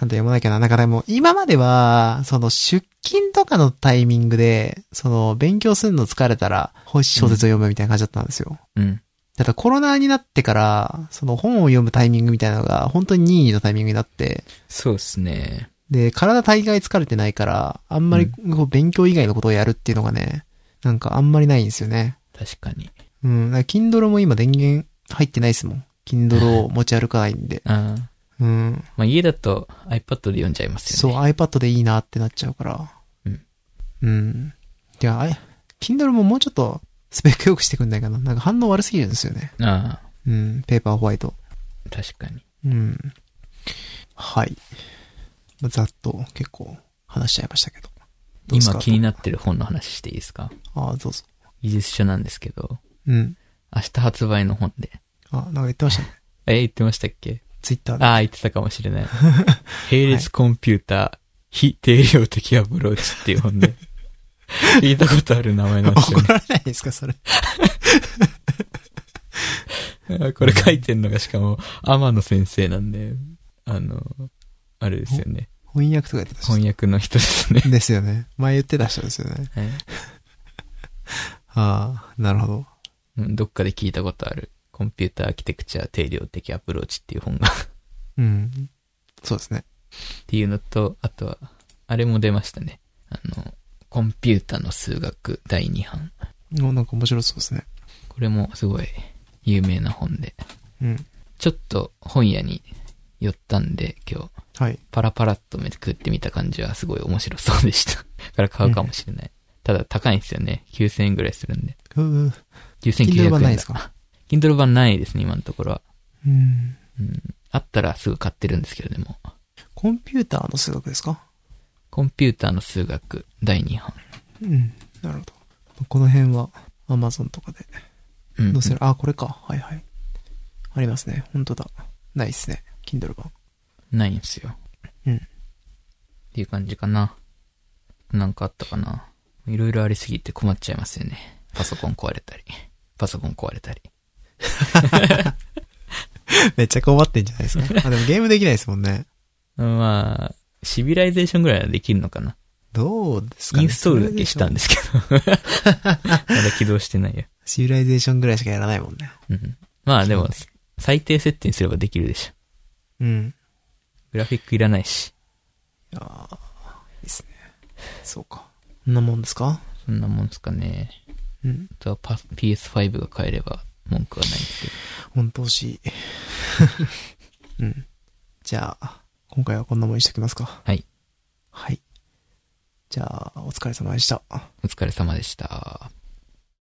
3体読まなきゃな。だからもう、今までは、その出勤とかのタイミングで、その勉強するの疲れたら、本小説を読むみたいな感じだったんですよ。うん。ただコロナになってから、その本を読むタイミングみたいなのが本当に任意のタイミングになって、そうですね。で、体大概疲れてないから、あんまりこう勉強以外のことをやるっていうのがね、なんかあんまりないんですよね。確かに。うん、だから Kindle も今電源入ってないですもん。Kindle を持ち歩かないんで。あーうん。まあ家だと iPad で読んじゃいますそよう、ね。 iPad でいいなってなっちゃうから。うん。うん。いや、あれ Kindle ももうちょっとスペック良くしてくんないかな。なんか反応悪すぎるんですよね。そう。あうん、ペーパーホワイト。あ、確かに。うん。はい。まあざっと結構話しちゃいましたけど。どうです今か気になってる本の話していいですかああ、どうぞ。技術書なんですけど、うん。明日発売の本で。あ、なんか言ってま したね。えー、言ってましたっけツイッターで。ああ、言ってたかもしれ ない。並列コンピューター、非定量的アプローチっていう 本で。聞いたことある名前なんですよ怒られないですか、それ。ね。これ書いてんのがしかも、天野先生なんで、あの、あれですよね。翻訳とかやってた人。翻訳の人ですね。ですよね。前言ってた人ですよね。はいああ、なるほど。うんどっかで聞いたことある。コンピューターアーキテクチャ定量的アプローチっていう本がっうん。そうですね。ていうのと、あとは、あれも出ましたね。あの、コンピュータの数学第2版。おなんか面白そうですね。これもすごい有名な本で。うん。ちょっと本屋に寄ったんで、今日、はい。パラパラっとめくってみた感じはすごい面白そうでした。だ から買うかもしれない。ただ高いんですよね。9000円ぐらいするんで。うう。 9900 Kindle 円だ。版ないですか Kindle 版ないですね、今のところは。うん。うん。あったらすぐ買ってるんですけど、でも。コンピューターの数学ですかコンピューターの数学第2版。うん。なるほど。この辺は Amazon とかでうん。載せる。あ、これか。はいはい。ありますね。本当だ。ないっすね。Kindle 版。ないんですよ。うんっていう感じかな。なんかあったかな。いろいろありすぎて困っちゃいますよね。パソコン壊れたり。パソコン壊れたり。 めっちゃ困ってんじゃないですか。 あ、でもゲームできないですもんね。うんまあ、シビライゼーションぐらいはできるのかな。どうですかイね。ンストールだけしたんで。 ですけど。まだ起動してないよ。シビライゼーションぐらいしかやらないもんね。うん。まあでもそう、最低設定にすればできるでしょ。うん。グラフィックいらないし。いやーいいっすね。そうか。こんなもんですかそんなもんですかね。うんあ。とはパ PS5 が買えれば文句はないんですけど。本当欲しい。うん。じゃあ、今回はこんなもんにしておきますか。はい。はい。じゃあ、お疲れ様でした。お疲れ様でした。